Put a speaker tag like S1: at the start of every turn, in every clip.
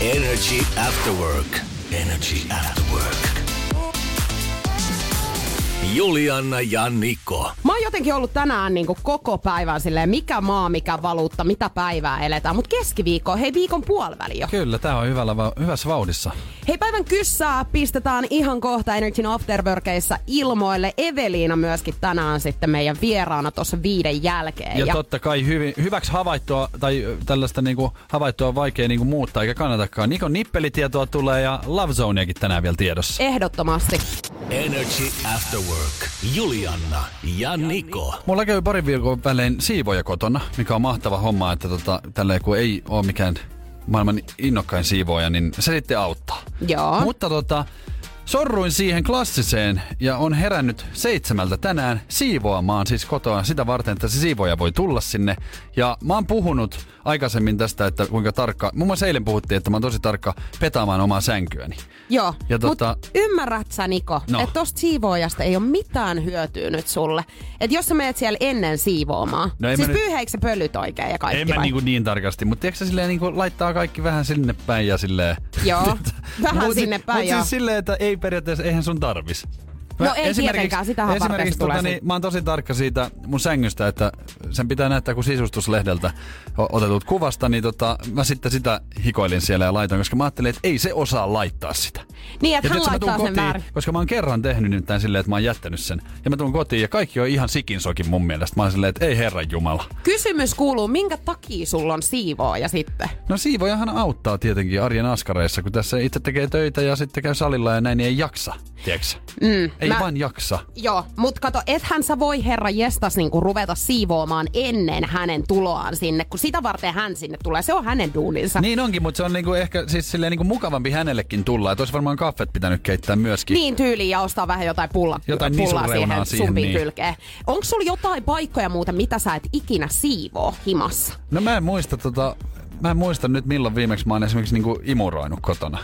S1: Energy After Work. Energy After Work. Juliana ja Niko.
S2: Mä oon jotenkin ollut tänään niin kuin koko päivän silleen, mikä maa, mikä valuutta, mitä päivää eletään. Mutta keskiviikko, hei viikon puoliväli jo.
S3: Kyllä, tää on hyvällä, va- hyvässä vauhdissa.
S2: Hei päivän kyssää pistetään ihan kohta Energyn Afterworkeissa ilmoille. Eveliina myöskin tänään sitten meidän vieraana tuossa viiden jälkeen.
S3: Ja, ja totta kai hyvin, hyväksi havaittua tai tällaista niinku, havaittua on vaikea niinku, muuttaa eikä kannatakaan. Nikon nippelitietoa tulee ja Love Zoneakin tänään vielä tiedossa.
S2: Ehdottomasti.
S1: Energy After Work. Juliana ja Niko.
S3: Mulla käy parin viikon välein siivoja kotona, mikä on mahtava homma, että tota, tällä kun ei ole mikään maailman innokkain siivoja, niin se sitten auttaa.
S2: Joo.
S3: Mutta tota, sorruin siihen klassiseen ja on herännyt seitsemältä tänään siivoamaan siis kotoa sitä varten, että se siivoja voi tulla sinne. Ja mä oon puhunut aikaisemmin tästä, että kuinka tarkka, muun muassa eilen puhuttiin, että mä oon tosi tarkka petaamaan omaa sänkyäni.
S2: Joo,
S3: Ja
S2: mut
S3: tota-
S2: ymmärrät sä Niko,
S3: No.
S2: että tosta siivoojasta ei ole mitään hyötyä nyt sulle. Että jos sä menet siellä ennen siivoamaan,
S3: No
S2: no
S3: en
S2: siis
S3: mä nyt-
S2: pyyheikö sä pölyt oikein ja kaikki
S3: En mä
S2: vai?
S3: niinku niin tarkasti, mutta tiedätkö sä silleen niinku laittaa kaikki vähän sinne päin ja silleen...
S2: Joo, vähän
S3: Mut si-
S2: sinne päin
S3: Mut
S2: joo.
S3: siis silleen, että ei periaatteessa, eihän sun tarvis.
S2: No ei tietenkään, sitähän varten se
S3: Esimerkiksi
S2: tulee
S3: niin,
S2: sinne.
S3: mä oon tosi tarkka siitä mun sängystä, että sen pitää näyttää kuin sisustuslehdeltä o- otetut kuvasta, niin tota, mä sitten sitä hikoilin siellä ja laitoin, koska mä ajattelin, että ei se osaa laittaa sitä.
S2: Niin, että hän
S3: tiedätkö, mä tuun
S2: laittaa sen väärin.
S3: koska mä oon kerran tehnyt nyt tämän silleen, että mä oon jättänyt sen. Ja mä tuun kotiin ja kaikki on ihan sikinsokin mun mielestä. Mä oon silleen, että ei herran jumala.
S2: Kysymys kuuluu, minkä takia sulla on siivooja sitten?
S3: No siivojahan auttaa tietenkin arjen askareissa, kun tässä itse tekee töitä ja sitten käy salilla ja näin, niin ei jaksa, tiedätkö? Mm, ei
S2: mä-
S3: mä... vaan jaksa.
S2: Joo, mutta kato, ethän sä voi herra jestas niinku ruveta siivoamaan ennen hänen tuloaan sinne, kun sitä varten hän sinne tulee. Se on hänen duuninsa.
S3: Niin onkin, mutta se on niinku ehkä siis silleen niinku mukavampi hänellekin tulla. Että olisi varmaan kaffet pitänyt keittää myöskin.
S2: Niin tyyliin ja ostaa vähän jotain pulla,
S3: Jotain
S2: pullaa
S3: nisureunaa
S2: siihen,
S3: siihen,
S2: sumpin
S3: niin.
S2: kylkeen. Onko sulla jotain paikkoja muuten, mitä sä et ikinä siivoo himassa?
S3: No mä en muista tota, mä en muista nyt milloin viimeksi mä oon esimerkiksi niinku imuroinut kotona.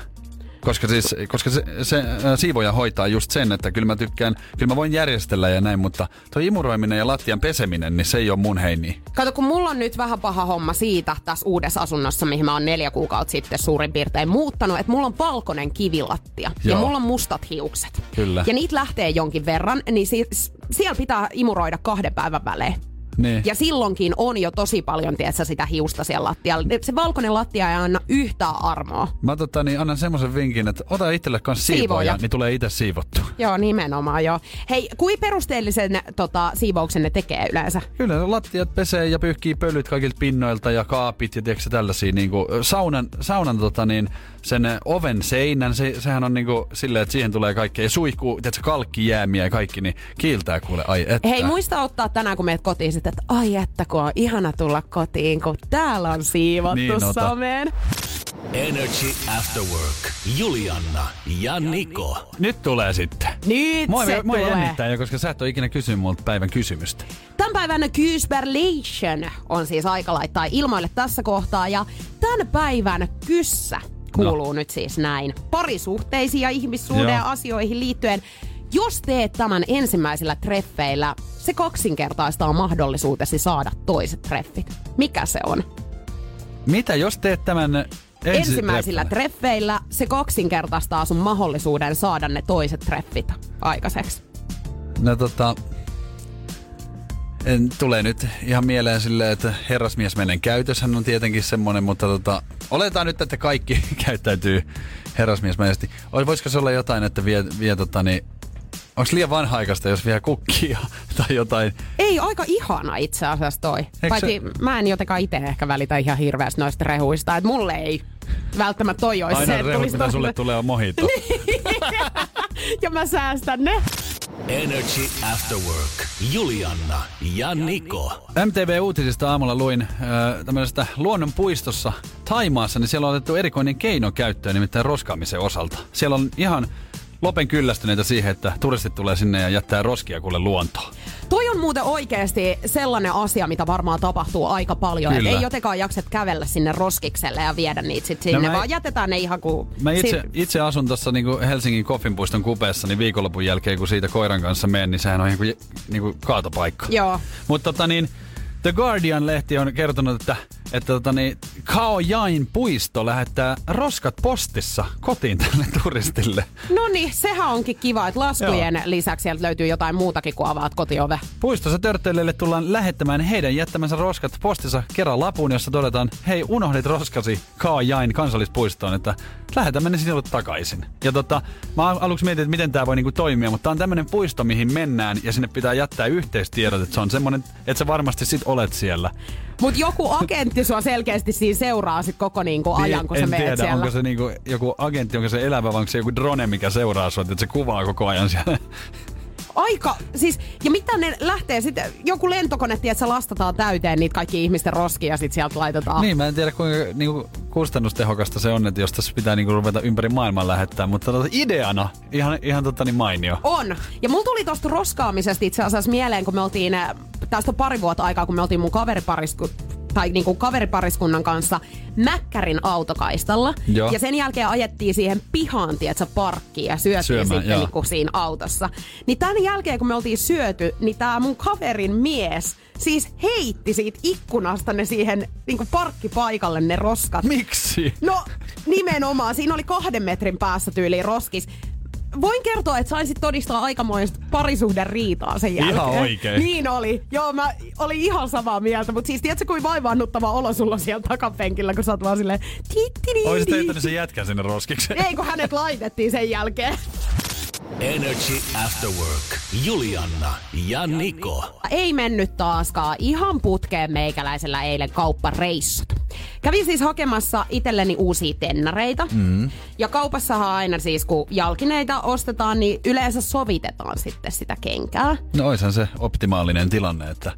S3: Koska, siis, koska se, se ää, siivoja hoitaa just sen, että kyllä mä tykkään, kyllä mä voin järjestellä ja näin, mutta tuo imuroiminen ja lattian peseminen, niin se ei ole mun heini.
S2: Kato, kun mulla on nyt vähän paha homma siitä tässä uudessa asunnossa, mihin mä oon neljä kuukautta sitten suurin piirtein muuttanut, että mulla on valkoinen kivilattia ja
S3: Joo.
S2: mulla on mustat hiukset.
S3: Kyllä.
S2: Ja niitä lähtee jonkin verran, niin si- s- siellä pitää imuroida kahden päivän välein.
S3: Niin.
S2: Ja silloinkin on jo tosi paljon, tiedätkö, sitä hiusta siellä lattialla. Se valkoinen lattia ei anna yhtään armoa.
S3: Mä tota, niin annan semmoisen vinkin, että ota itselle kanssa
S2: Siivoja.
S3: siivoja, niin tulee itse siivottu.
S2: Joo, nimenomaan joo. Hei, kui perusteellisen tota, siivouksen ne tekee yleensä?
S3: Kyllä lattiat pesee ja pyyhkii pölyt kaikilta pinnoilta ja kaapit ja tiedätkö, sä, tällaisia niin kuin, saunan, saunan tota, niin, sen ö, oven seinän, se, sehän on niin kuin, silleen, että siihen tulee kaikkea ja suihkuu, tiedätkö, kalkkijäämiä ja kaikki, niin kiiltää kuule, ai että.
S2: Hei, muista ottaa tänään, kun meet kotiin sitten, että ai että, kun on ihana tulla kotiin, kun täällä on siivottu
S3: Niin,
S2: niin,
S3: ota.
S2: someen.
S1: Energy After Work. Juliana ja Niko.
S3: Nyt tulee sitten.
S2: Nyt
S3: Mua,
S2: se
S3: mua
S2: tulee.
S3: jännittää jo, koska sä et ole ikinä kysynyt multa päivän kysymystä.
S2: Tämän päivän Kyysberlation on siis aika laittaa ilmoille tässä kohtaa. Ja tämän päivän kyssä kuuluu no. nyt siis näin. Parisuhteisiin ja ihmissuuden
S3: Joo.
S2: asioihin liittyen. Jos teet tämän ensimmäisillä treffeillä, se kaksinkertaistaa mahdollisuutesi saada toiset treffit. Mikä se on?
S3: Mitä jos teet tämän ensi
S2: Ensimmäisillä treffeillä se kaksinkertaistaa sun mahdollisuuden saada ne toiset treffit aikaiseksi.
S3: No tota, en, tulee nyt ihan mieleen silleen, että herrasmiesmäinen käytöshän on tietenkin semmoinen, mutta tota, oletaan nyt, että kaikki käyttäytyy herrasmiesmäisesti. Oi, Voisiko se olla jotain, että vie, vie tota, niin, onko liian vanha-aikaista, jos vie kukkia tai jotain?
S2: Ei, aika ihana itse asiassa toi.
S3: se-
S2: Paitsi mä en jotenkaan itse ehkä välitä ihan hirveästi noista rehuista, että mulle ei välttämättä toi olisi se,
S3: Aina
S2: että
S3: rehu,
S2: tulisi
S3: mitä
S2: vaan-
S3: sulle tulee, on mojito.
S2: Ja mä säästän ne.
S1: Energy After Work. Julianna ja Niko.
S3: MTV-uutisista aamulla luin äh, tämmöisestä luonnonpuistossa Taimaassa, niin siellä on otettu erikoinen keino käyttöön, nimittäin roskaamisen osalta. Siellä on ihan lopen kyllästyneitä siihen, että turistit tulee sinne ja jättää roskia kuule luontoon.
S2: Toi on muuten oikeasti sellainen asia, mitä varmaan tapahtuu aika paljon. Et
S3: Kyllä.
S2: Ei jotenkaan jakset kävellä sinne roskikselle ja viedä niitä sit sinne,
S3: mä-
S2: no vaan jätetään ne ihan kuin...
S3: Mä itse,
S2: si-
S3: itse asun tuossa niinku Helsingin Koffinpuiston kupeessa, niin viikonlopun jälkeen kun siitä koiran kanssa menen, niin sehän on ihan kuin je- niinku kaatopaikka.
S2: Joo.
S3: Mutta tota niin, The Guardian-lehti on kertonut, että, että tota niin, Kaojain puisto lähettää roskat postissa kotiin tälle turistille.
S2: No niin, sehän onkin kiva, että laskujen Joo. lisäksi sieltä löytyy jotain muutakin kuin avaat kotiove.
S3: Puistossa törttöilleille tullaan lähettämään heidän jättämänsä roskat postissa kerran lapuun, jossa todetaan, hei unohdit roskasi Kaajain kansallispuistoon, että lähetämme ne sinulle takaisin. Ja tota, mä al- aluksi mietin, että miten tämä voi niinku toimia, mutta tää on tämmöinen puisto, mihin mennään ja sinne pitää jättää yhteistiedot, että se on semmoinen, että sä varmasti sit olet siellä. Niin
S2: Mut joku agentti sua selkeästi siinä seuraa sit koko niinku ajan, kun sä
S3: Niin, en
S2: meet
S3: tiedä,
S2: siellä.
S3: onko se niinku joku agentti, onko se elävä vai onko se joku drone, mikä seuraa sua, että se kuvaa koko ajan siellä.
S2: Aika, siis, ja mitä ne lähtee sitten, joku lentokone, että sä lastataan täyteen niitä kaikki ihmisten roskia, sit sieltä laitetaan.
S3: Niin, mä en tiedä kuinka niinku, kustannustehokasta se on, että jos tässä pitää niinku, ruveta ympäri maailmaa lähettää, mutta tota, ideana ihan, ihan tota, niin mainio.
S2: On. Ja mulla tuli tosta roskaamisesta itse asiassa mieleen, kun me oltiin, äh, tästä on pari vuotta aikaa, kun me oltiin mun kaveriparisku, tai niinku kaveripariskunnan kanssa Mäkkärin autokaistalla.
S3: Joo.
S2: Ja sen jälkeen ajettiin siihen pihaan, tietsä, parkkiin ja syötiin
S3: Syömään,
S2: sitten
S3: joo.
S2: niinku siinä autossa. Niin tämän jälkeen, kun me oltiin syöty, niin tää mun kaverin mies siis heitti siitä ikkunasta ne siihen niinku parkkipaikalle ne roskat.
S3: Miksi?
S2: No nimenomaan, siinä oli kahden metrin päässä tyyliin roskis. Voin kertoa, että saisit todistaa aikamoista parisuhden riitaa sen jälkeen.
S3: Ihan oikein.
S2: Niin oli. Joo, mä olin ihan samaa mieltä, mutta siis tiedätkö, kuin vaivaannuttava olo sulla on siellä takapenkillä, kun sä oot vaan silleen... tiittiri.
S3: Oisit heittänyt sen jätkän sinne roskikseen.
S2: Ei, kun hänet laitettiin sen jälkeen.
S1: Energy After Work. Julianna ja Niko.
S2: Ei mennyt taaskaan ihan putkeen meikäläisellä eilen kauppareissut. Kävin siis hakemassa itselleni uusia tennareita. Mm. Ja kaupassahan aina siis, kun jalkineita ostetaan, niin yleensä sovitetaan sitten sitä kenkää.
S3: No oishan se optimaalinen tilanne, että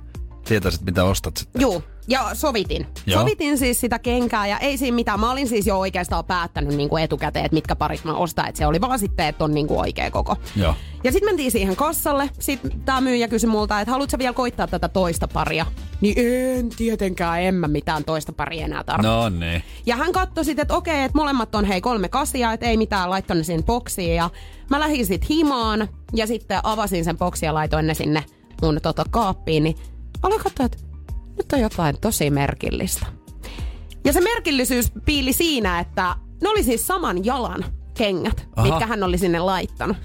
S3: tietäisit mitä ostat sitten.
S2: Juu, ja sovitin.
S3: Joo.
S2: Joo. Sovitin siis sitä kenkää ja ei siinä mitään. Mä olin siis jo oikeastaan päättänyt niin kuin etukäteen, että mitkä parit mä ostan. Että se oli vaan sitten, että on niin kuin oikea koko.
S3: Joo.
S2: Ja sitten mentiin siihen kassalle. Sitten tämä myyjä kysyi multa, että haluatko sä vielä koittaa tätä toista paria? Niin en tietenkään, en mä mitään toista paria enää tarvitse.
S3: No niin.
S2: Ja hän katsoi sitten, että okei, että molemmat on hei kolme kasia, että ei mitään, laittanut ne sinne boksiin. Ja mä lähdin sitten himaan ja sitten avasin sen boksin ja laitoin ne sinne mun tota, kaappiin. Niin aloin katsoa, että nyt on jotain tosi merkillistä. Ja se merkillisyys piili siinä, että ne oli siis saman jalan kengät,
S3: Aha.
S2: Aha. mitkä hän oli sinne laittanut.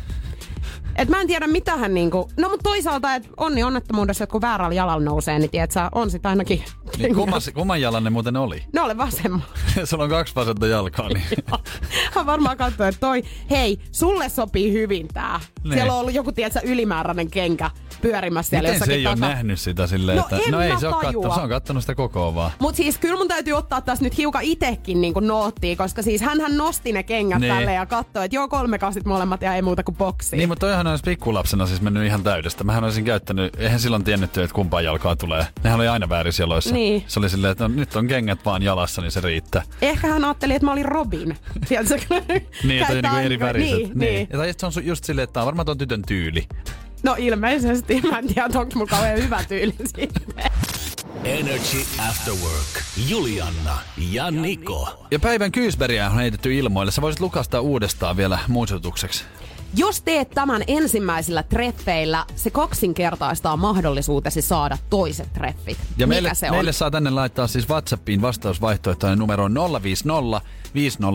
S2: Et mä en tiedä mitä hän niinku... No mutta toisaalta, että onni onnettomuudessa, että kun väärällä jalalla nousee, niin tiedät, sä, on sit ainakin...
S3: niin kumman, kumman jalan ne muuten oli?
S2: Ne oli vasemmalla.
S3: Sulla on kaksi vasenta jalkaa, niin
S2: Hän varmaan katsoi, että toi, hei, sulle sopii hyvin tää.
S3: Niin.
S2: Niin. Siellä on ollut joku, tietsä, ylimääräinen kenkä pyörimässä siellä
S3: miten se ei ole
S2: jossakin takaa.
S3: nähnyt sitä silleen,
S2: No
S3: että
S2: en
S3: no ei
S2: mä
S3: se ole
S2: tajua.
S3: kattonut, se on kattonut sitä kokoa vaan.
S2: Mut siis kyllä mun täytyy ottaa tässä nyt hiukan itekin niin noottia, koska siis hän nosti ne kengät
S3: Niin.
S2: niin. tälle ja katsoi, että joo kolme kasit molemmat ja ei muuta kuin boksiin.
S3: Niin,
S2: Niin,
S3: mutta toihan olisi pikkulapsena siis mennyt ihan täydestä. Mähän olisin käyttänyt, eihän silloin tiennyt, että kumpaan jalkaa tulee. Nehän oli aina väärissä jaloissa.
S2: Niin.
S3: Se oli silleen, että no, nyt on kengät vaan jalassa, niin se riittää.
S2: Ehkä hän ajatteli, että mä olin Robin. Tiedätkö, kun
S3: Niin, että
S2: käyttää
S3: oli
S2: aina-
S3: niinku eri väriset.
S2: Niin, niin.
S3: Ja tai että se on su- just silleen, että tämä on varmaan tuon tytön tyyli.
S2: No ilmeisesti. Mä en tiedä, onko mulla kauhean hyvä tyyli siitä.
S1: Energy After Work. Julianna ja Niko.
S3: Ja päivän kyysberiä on heitetty ilmoille. Sä voisit lukastaa uudestaan vielä muistutukseksi.
S2: Jos teet tämän ensimmäisillä treffeillä, se kaksinkertaistaa mahdollisuutesi saada toiset treffit.
S3: Ja meille,
S2: Mikä se on?
S3: meille saa tänne laittaa siis WhatsAppiin vastausvaihtoehtoinen numero 050 500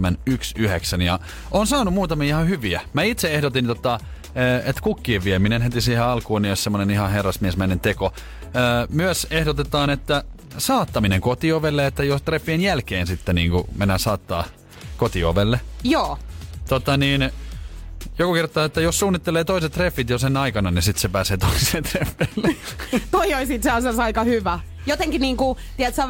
S3: 1719. Ja on saanut muutamia ihan hyviä. Mä itse ehdotin, tota, eh, että kukkien vieminen heti siihen alkuun niin olisi semmoinen ihan herrasmiesmäinen teko. Eh, Myös ehdotetaan, että saattaminen kotiovelle, että jos treffien jälkeen sitten niin mennään saattaa kotiovelle.
S2: Joo.
S3: Tota niin, joku kertaa, että jos suunnittelee toiset treffit jo sen aikana, niin sitten se pääsee toiseen treffeille.
S2: Toi olisi itse asiassa aika hyvä. Jotenkin niinku, tiedätkö,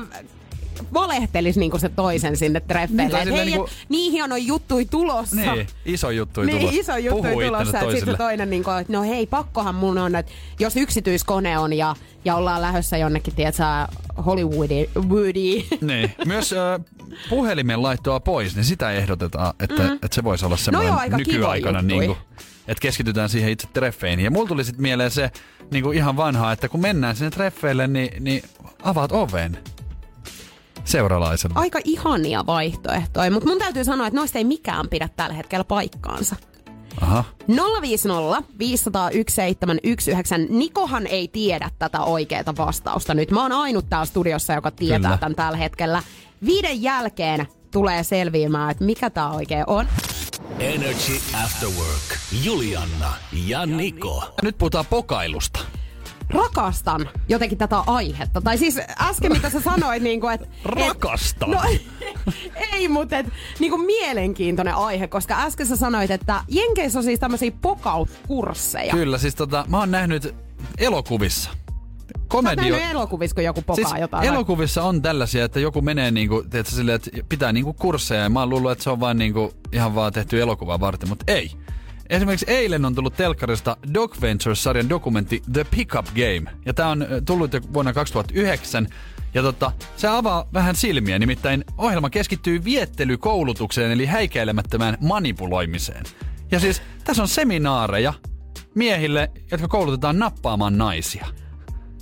S2: valehtelisi niinku se toisen sinne
S3: Niin,
S2: treffeille.
S3: tai
S2: Niin,
S3: silleen
S2: hei, niinku...
S3: niinku-
S2: niihin on juttui tulossa.
S3: Niin, iso juttu
S2: niin,
S3: tulossa.
S2: iso juttu
S3: Puhuu
S2: tulossa.
S3: itsensä
S2: Sitten
S3: toisille.
S2: se toinen, niin kuin, että no hei, pakkohan mun on, että jos yksityiskone on ja, ja ollaan lähdössä jonnekin, tiedätkö, Hollywoodiin, Woodiin.
S3: Niin. Myös ö, puhelimen laittoa pois, niin sitä ehdotetaan, että, mm. että se voisi olla semmoinen
S2: No joo, aika kivoja
S3: nykyaikana,
S2: juttuja.
S3: niin kuin, että keskitytään siihen itse treffeihin. Ja mulla tuli sitten mieleen se niin kuin ihan vanhaa, että kun mennään sinne treffeille, niin, niin avaat oven seuralaiselle.
S2: Aika ihania vaihtoehtoja, mutta mun täytyy sanoa, että noista ei mikään pidä tällä hetkellä paikkaansa.
S3: Aha.
S2: 050 501 719. Nikohan ei tiedä tätä oikeaa vastausta nyt. Mä oon ainut täällä studiossa, joka tietää
S3: Kyllä.
S2: Kyllä. tämän tällä hetkellä. Viiden jälkeen tulee selviämään, että mikä tämä oikein on.
S1: Energy After Work. Julianna ja Niko.
S3: Nyt puhutaan pokailusta.
S2: rakastan jotenkin tätä aihetta. Tai siis äsken mitä sä sanoit, niin kuin, että...
S3: Rakastan.
S2: Et, no, ei, mutta et, niin kuin mielenkiintoinen aihe, koska äsken sä sanoit, että Jenkeissä on siis tämmöisiä pokautkursseja.
S3: Kyllä, siis tota, mä oon nähnyt elokuvissa.
S2: Sä oot
S3: Komedio...
S2: nähnyt elokuvissa, kun joku pokaa
S3: siis
S2: jotain. vai?
S3: elokuvissa on tällaisia, että joku menee niinku, tiedätkö, silleen, että pitää niinku kursseja ja mä oon luullut, että se on vaan niinku, ihan vaan tehty elokuvaa varten, mutta ei. Esimerkiksi eilen on tullut telkkarista Dog Ventures-sarjan dokumentti The Pickup Game. Ja tää on ö, tullut jo vuonna 2009. Ja tota, se avaa vähän silmiä, nimittäin ohjelma keskittyy viettelykoulutukseen eli häikäilemättömään manipuloimiseen. Ja siis tässä on seminaareja miehille, jotka koulutetaan nappaamaan naisia.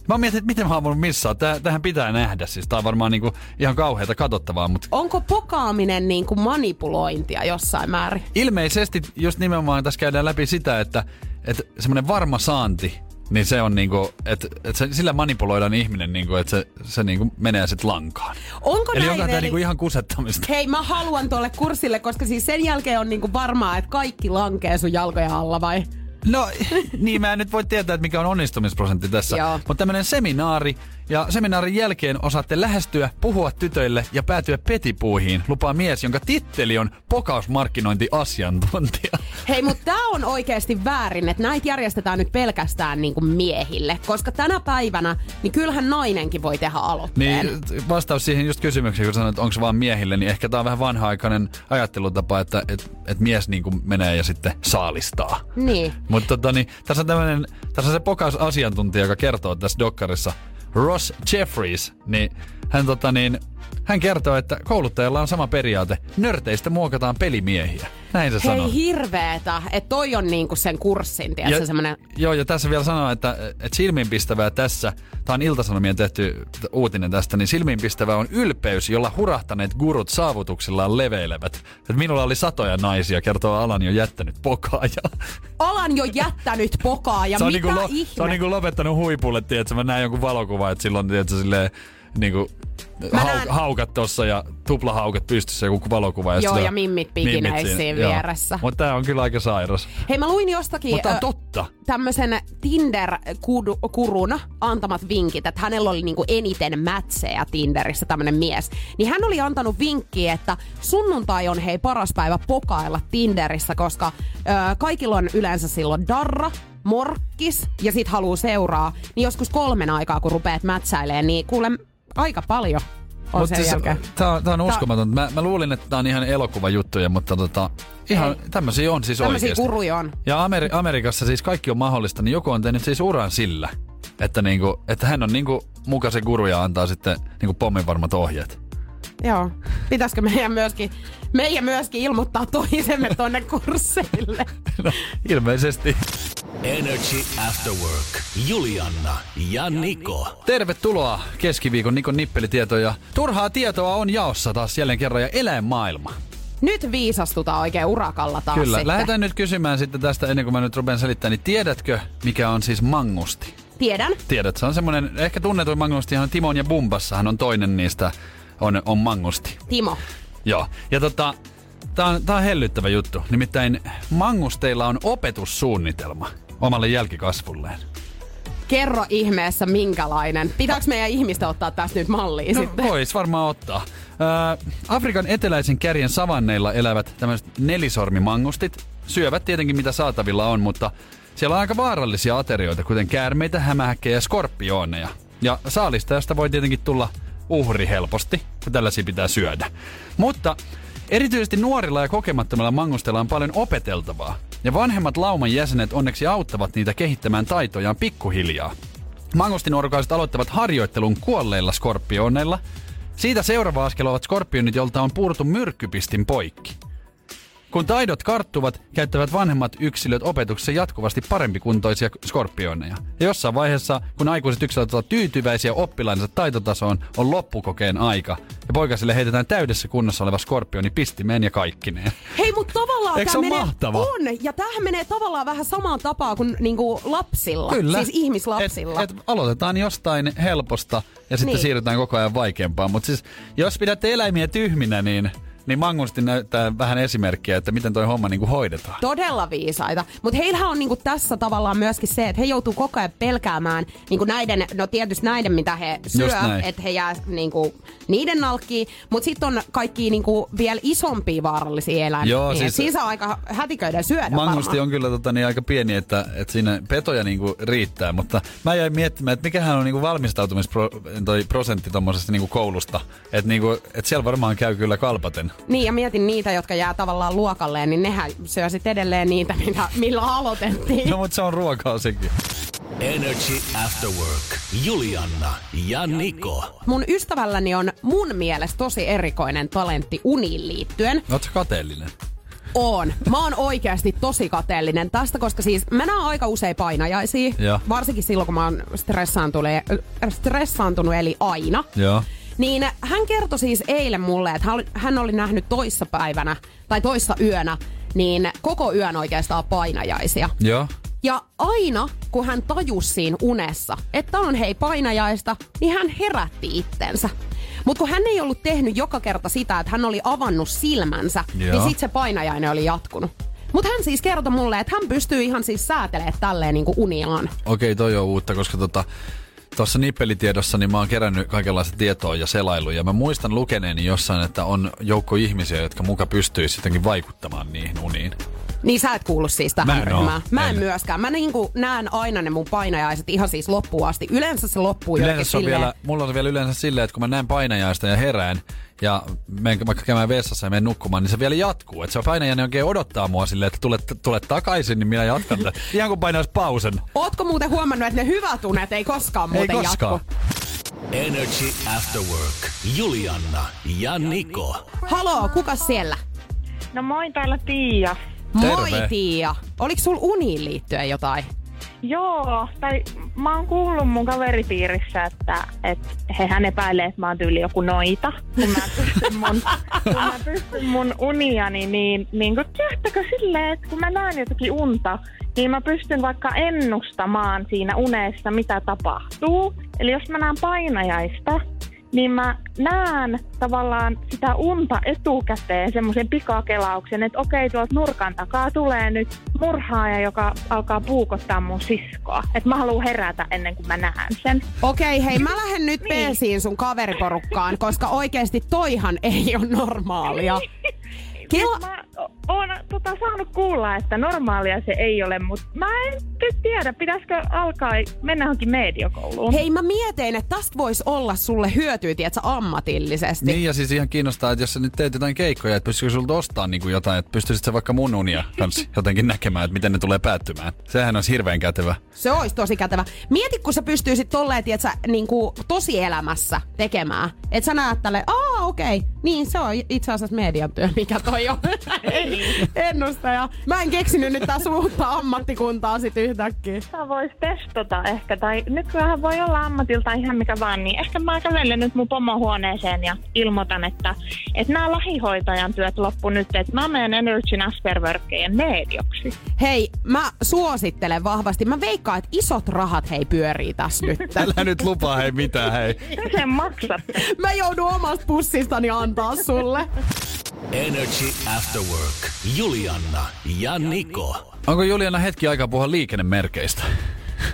S3: Mä mietin, että miten mä oon voinut missaa. Tää, tähän pitää nähdä. Siis tää on varmaan niinku ihan kauheata katsottavaa, mutta
S2: Onko pokaaminen niin kuin manipulointia jossain määrin?
S3: ilmeisesti just nimenomaan tässä käydään läpi sitä, että, että semmoinen varma saanti, niin se on niinku, että, että se, sillä manipuloidaan ihminen, niinku, että se, se niinku menee sitten lankaan.
S2: Onko
S3: Eli
S2: näin,
S3: onkohan tää
S2: veli?
S3: niinku ihan kusettamista?
S2: Hei, mä haluan tuolle kurssille, koska siis sen jälkeen on niinku varmaa, että kaikki lankee sun jalkojen alla vai?
S3: No niin, mä en nyt voi tietää, että mikä on onnistumisprosentti tässä.
S2: Joo.
S3: Mutta tämmönen seminaari, ja seminaarin jälkeen osaatte lähestyä, puhua tytöille ja päätyä petipuihin, lupaa mies, jonka titteli on pokausmarkkinointiasiantuntija.
S2: Hei, mutta tämä on oikeasti väärin, että näitä järjestetään nyt pelkästään niinku miehille, koska tänä päivänä, niin kyllähän nainenkin voi tehdä aloitteen.
S3: Niin vastaus siihen just kysymykseen, kun sanoit, että onko se vaan miehille, niin ehkä tämä on vähän vanha-aikainen ajattelutapa, että et, et mies niin kuin menee ja sitten saalistaa.
S2: Niin.
S3: Mutta tota, niin, tässä, on tämmönen, tässä on se pokausasiantuntija, joka kertoo tässä dokkarissa, Ross Jeffries, niin hän, tota, niin, hän kertoo, että kouluttajalla on sama periaate. Nörteistä muokataan pelimiehiä. Näin se
S2: Hei
S3: sanoo.
S2: hirveetä, että toi on niinku sen kurssin, tiedätkö, semmoinen...
S3: Joo, ja tässä vielä sanoa, että, että silmiinpistävää tässä, tämä on Iltasanomien tehty t- uutinen tästä, niin silmiinpistävää on ylpeys, jolla hurahtaneet gurut saavutuksillaan leveilevät. Et minulla oli satoja naisia, kertoo Alan jo jättänyt pokaa. Ja
S2: Alan jo jättänyt pokaa ja
S3: se, on
S2: mitä
S3: niinku lo-
S2: ihmettä?
S3: se on niinku lopettanut huipulle, tiedätkö, mä näen jonkun valokuva, että silloin tiedätkö, silleen, niinku,
S2: Mä
S3: hau-
S2: näen-
S3: haukat tossa ja tuplahaukat pystyssä joku valokuva.
S2: Joo,
S3: sit
S2: ja
S3: on
S2: mimmit pikinöissä
S3: siinä,
S2: siinä
S3: joo.
S2: vieressä.
S3: Mutta tää on kyllä aika sairas.
S2: Hei, mä luin jostakin...
S3: Mutta tää on
S2: ö,
S3: totta.
S2: tämmöisen Tinder-kurun antamat vinkit, että hänellä oli niinku eniten mätsejä Tinderissä tämmöinen mies. Niin hän oli antanut vinkkiä, että sunnuntai on hei paras päivä pokailla Tinderissä, koska ö, kaikilla on yleensä silloin darra, morkkis ja sit haluu seuraa. Niin joskus kolmen aikaa, kun rupeat mätsäilee, niin kuule aika paljon on
S3: Mut siis
S2: sen jälkeen.
S3: Tää on, tää on uskomaton. Mä, mä luulin, että tää on ihan elokuvajuttuja, mutta tota, ihan
S2: Ei.
S3: tämmösiä on siis
S2: Tämmöisiä
S3: oikeesti.
S2: kuruja on.
S3: Ja Ameri- Amerikassa siis kaikki on mahdollista, niin joku on tehnyt siis uran sillä, että, niinku, että hän on niinku muka se guru ja antaa sitten niinku pomminvarmat ohjeet.
S2: Joo. Pitäisikö meidän myöskin, meidän myöskin ilmoittaa toisemme tonne kursseille?
S3: No, ilmeisesti.
S1: Energy After Work. Julianna ja Niko.
S3: Tervetuloa keskiviikon Nikon nippelitietoja. Turhaa tietoa on jaossa taas jälleen kerran ja eläinmaailma.
S2: Nyt viisastutaan oikein urakalla taas
S3: Kyllä,
S2: sitten.
S3: lähdetään nyt kysymään sitten tästä ennen kuin mä nyt rupean selittämään, niin tiedätkö mikä on siis mangusti?
S2: Tiedän.
S3: Tiedät, se on semmoinen, ehkä tunnetuin mangustihan on Timon ja Bumbassa, hän on toinen niistä, on, on mangusti.
S2: Timo.
S3: Joo, ja tota, tää on, tää on hellyttävä juttu. Nimittäin mangusteilla on opetussuunnitelma omalle jälkikasvulleen.
S2: Kerro ihmeessä minkälainen. Pitääkö meidän ihmistä ottaa tästä nyt mallia
S3: No,
S2: sitten?
S3: vois varmaan ottaa. Ö, Afrikan eteläisen kärjen savanneilla elävät tämmöiset nelisormimangustit syövät tietenkin mitä saatavilla on, mutta siellä on aika vaarallisia aterioita, kuten käärmeitä, hämähäkkejä ja skorpioneja. Ja saalistajasta voi tietenkin tulla uhri helposti, kun tällaisia pitää syödä. Mutta erityisesti nuorilla ja kokemattomilla mangusteilla on paljon opeteltavaa. Ja vanhemmat lauman jäsenet onneksi auttavat niitä kehittämään taitojaan pikkuhiljaa. Mangustinorkaiset aloittavat harjoittelun kuolleilla skorpioneilla. Siitä seuraava askel ovat skorpionit, jolta on puurtu myrkkypistin poikki. Kun taidot karttuvat, käyttävät vanhemmat yksilöt opetuksessa jatkuvasti parempikuntoisia skorpioneja. Ja jossain vaiheessa, kun aikuiset yksilöt ovat tyytyväisiä oppilaansa taitotasoon, on loppukokeen aika. Ja poikasille heitetään täydessä kunnossa oleva skorpioni pistimeen ja kaikkineen.
S2: Hei, mutta tavallaan
S3: Eikö
S2: tää
S3: se ole
S2: menee,
S3: mahtava?
S2: on, ja tämähän menee tavallaan vähän samaan tapaan kuin niinku lapsilla, siis ihmislapsilla.
S3: Et, et aloitetaan jostain helposta ja sitten
S2: Niin.
S3: niin. siirrytään koko ajan vaikeampaan. Mutta siis, jos pidät eläimiä tyhminä, niin, niin mangusti näyttää vähän esimerkkiä, että miten toi homma niinku hoidetaan.
S2: Todella viisaita. Mutta heillähän on niinku tässä tavallaan myöskin se, että he joutuu koko ajan pelkäämään niinku näiden, no tietysti näiden, mitä he syö,
S3: Just näin.
S2: että he jää niinku niiden nalkkiin. Mutta sitten on kaikki niinku vielä isompia vaarallisia eläimiä.
S3: Joo,
S2: Et
S3: siis-
S2: siinä saa aika hätiköiden syödä
S3: Mangusti
S2: varmaan.
S3: on kyllä tota, niin aika pieni, että, että siinä petoja niinku riittää, mutta mä jäin miettimään, että mikähän on niinku valmistautumisprosentti tuommoisesta niinku koulusta. Että niinku, et siellä varmaan käy kyllä kalpaten.
S2: Niin, ja mietin niitä, jotka jää tavallaan luokalleen, niin nehän syö sit edelleen niitä, mitä, millä aloitettiin.
S3: No mutta se on ruokaa sekin.
S1: Energy After Work. Juliana ja Niko.
S2: Mun ystävälläni on mun mielestä tosi erikoinen talentti uniin liittyen.
S3: Oot sä kateellinen?
S2: On. Mä oon oikeasti tosi kateellinen tästä, koska siis mä näen aika usein painajaisia.
S3: Joo.
S2: Varsinkin silloin, kun mä oon stressaantunut, äh, stressaantunut eli aina.
S3: Joo.
S2: Niin hän kertoi siis eilen mulle, että hän oli- hän oli nähnyt toissa päivänä tai toissa yönä, niin koko yön oikeastaan painajaisia.
S3: Joo.
S2: Ja aina, kun hän tajusi siinä unessa, että on hei painajaista, niin hän herätti itsensä. Mutta kun hän ei ollut tehnyt joka kerta sitä, että hän oli avannut silmänsä,
S3: Joo.
S2: niin sit se painajainen oli jatkunut. Mutta hän siis kertoi mulle, että hän pystyy ihan siis säätelemään tälleen niinku uniaan.
S3: Okei, toi on uutta, koska tota, tuossa nippelitiedossa niin mä oon kerännyt kaikenlaista tietoa ja selailuja. Ja mä muistan lukeneeni jossain, että on joukko ihmisiä, jotka muka pystyisi jotenkin vaikuttamaan niihin uniin.
S2: Niin sä et kuulu siis tähän
S3: Mä en oo.
S2: ryhmään. Mä en,
S3: En.
S2: myöskään. Mä niinku näen aina ne mun painajaiset ihan siis loppuun asti. Yleensä se loppuu
S3: Yleensä
S2: jotenkin
S3: se on
S2: silleen-
S3: vielä, mulla on vielä yleensä silleen, että kun mä näen painajaista ja herään, ja menen vaikka käymään vessassa ja menen nukkumaan, niin se vielä jatkuu. Että se painajainen oikein odottaa mua silleen, että tulet, tulet takaisin, niin minä jatkan tätä. Ihan kuin painaisi pausen.
S2: Ootko muuten huomannut, että ne hyvät unet ei koskaan
S3: Ei
S2: muuten
S3: koskaan.
S2: jatku?
S1: Energy After Work. Juliana ja Niko.
S2: Haloo, kuka siellä?
S4: No moi, täällä Tiia.
S3: Terve.
S2: Moi Tiia. Oliko sul uniin liittyen jotain?
S4: Joo, tai mä oon kuullut mun kaveripiirissä, että, että hehän epäilee, että mä oon tyyli joku noita. Kun mä pystyn mun, kun mä pystyn mun uniani, niin, niin kun, tiedättekö silleen, että kun mä näen jotakin unta, niin mä pystyn vaikka ennustamaan siinä unessa, mitä tapahtuu. Eli jos mä näen painajaista, niin mä näen tavallaan sitä unta etukäteen semmoisen pikakelauksen, että okei, tuolta nurkan takaa tulee nyt murhaaja, joka alkaa puukottaa mun siskoa. Että mä haluan herätä ennen kuin mä näen sen.
S2: Okei, hei mä lähden nyt
S4: Niin.
S2: peesiin sun kaveriporukkaan, koska oikeesti toihan ei ole normaalia. Kela,
S3: No.
S4: Mä o- oon tota, saanut kuulla, että normaalia se ei ole, mutta mä en nyt tiedä, pitäisikö alkaa mennä johonkin mediokouluun.
S2: hei mä mietin, että tästä voisi olla sulle hyötyä, tietsä, ammatillisesti.
S3: Niin ja siis ihan kiinnostaa, että jos sä nyt teet jotain keikkoja, että pystyisikö sulta ostaa niin kuin jotain, että pystyisit sä vaikka mun unia kanssa jotenkin näkemään, että miten ne tulee päättymään. Sehän olisi hirveän kätevä.
S2: Se olisi tosi kätevä. Mieti, kun sä pystyisit tolleen, tietsä, niin kuin tosielämässä tekemään. Et sä näet tälle, aa okei, niin se on itse asiassa median työ, mikä toi on. Ennustaja. Mä en keksinyt nyt tässä uutta ammattikuntaa sit yhtäkkiä.
S4: Sitä voisi testata ehkä, tai nykyään voi olla ammatilta ihan mikä vaan, niin ehkä mä kävelen nyt mun pomohuoneeseen ja ilmoitan, että, että nämä lahihoitajan työt loppu nyt, että mä menen Energy Asperworkeen medioksi.
S2: Hei, mä suosittelen vahvasti. Mä veikkaan, että isot rahat hei pyörii tässä nyt.
S3: Älä nyt lupaa hei mitään hei.
S4: Te sen maksatte.
S2: Mä joudun omasta pussistani antaa sulle.
S1: Energy After Work. Juliana ja Niko.
S3: Onko Juliana hetki aikaa puhua liikennemerkeistä?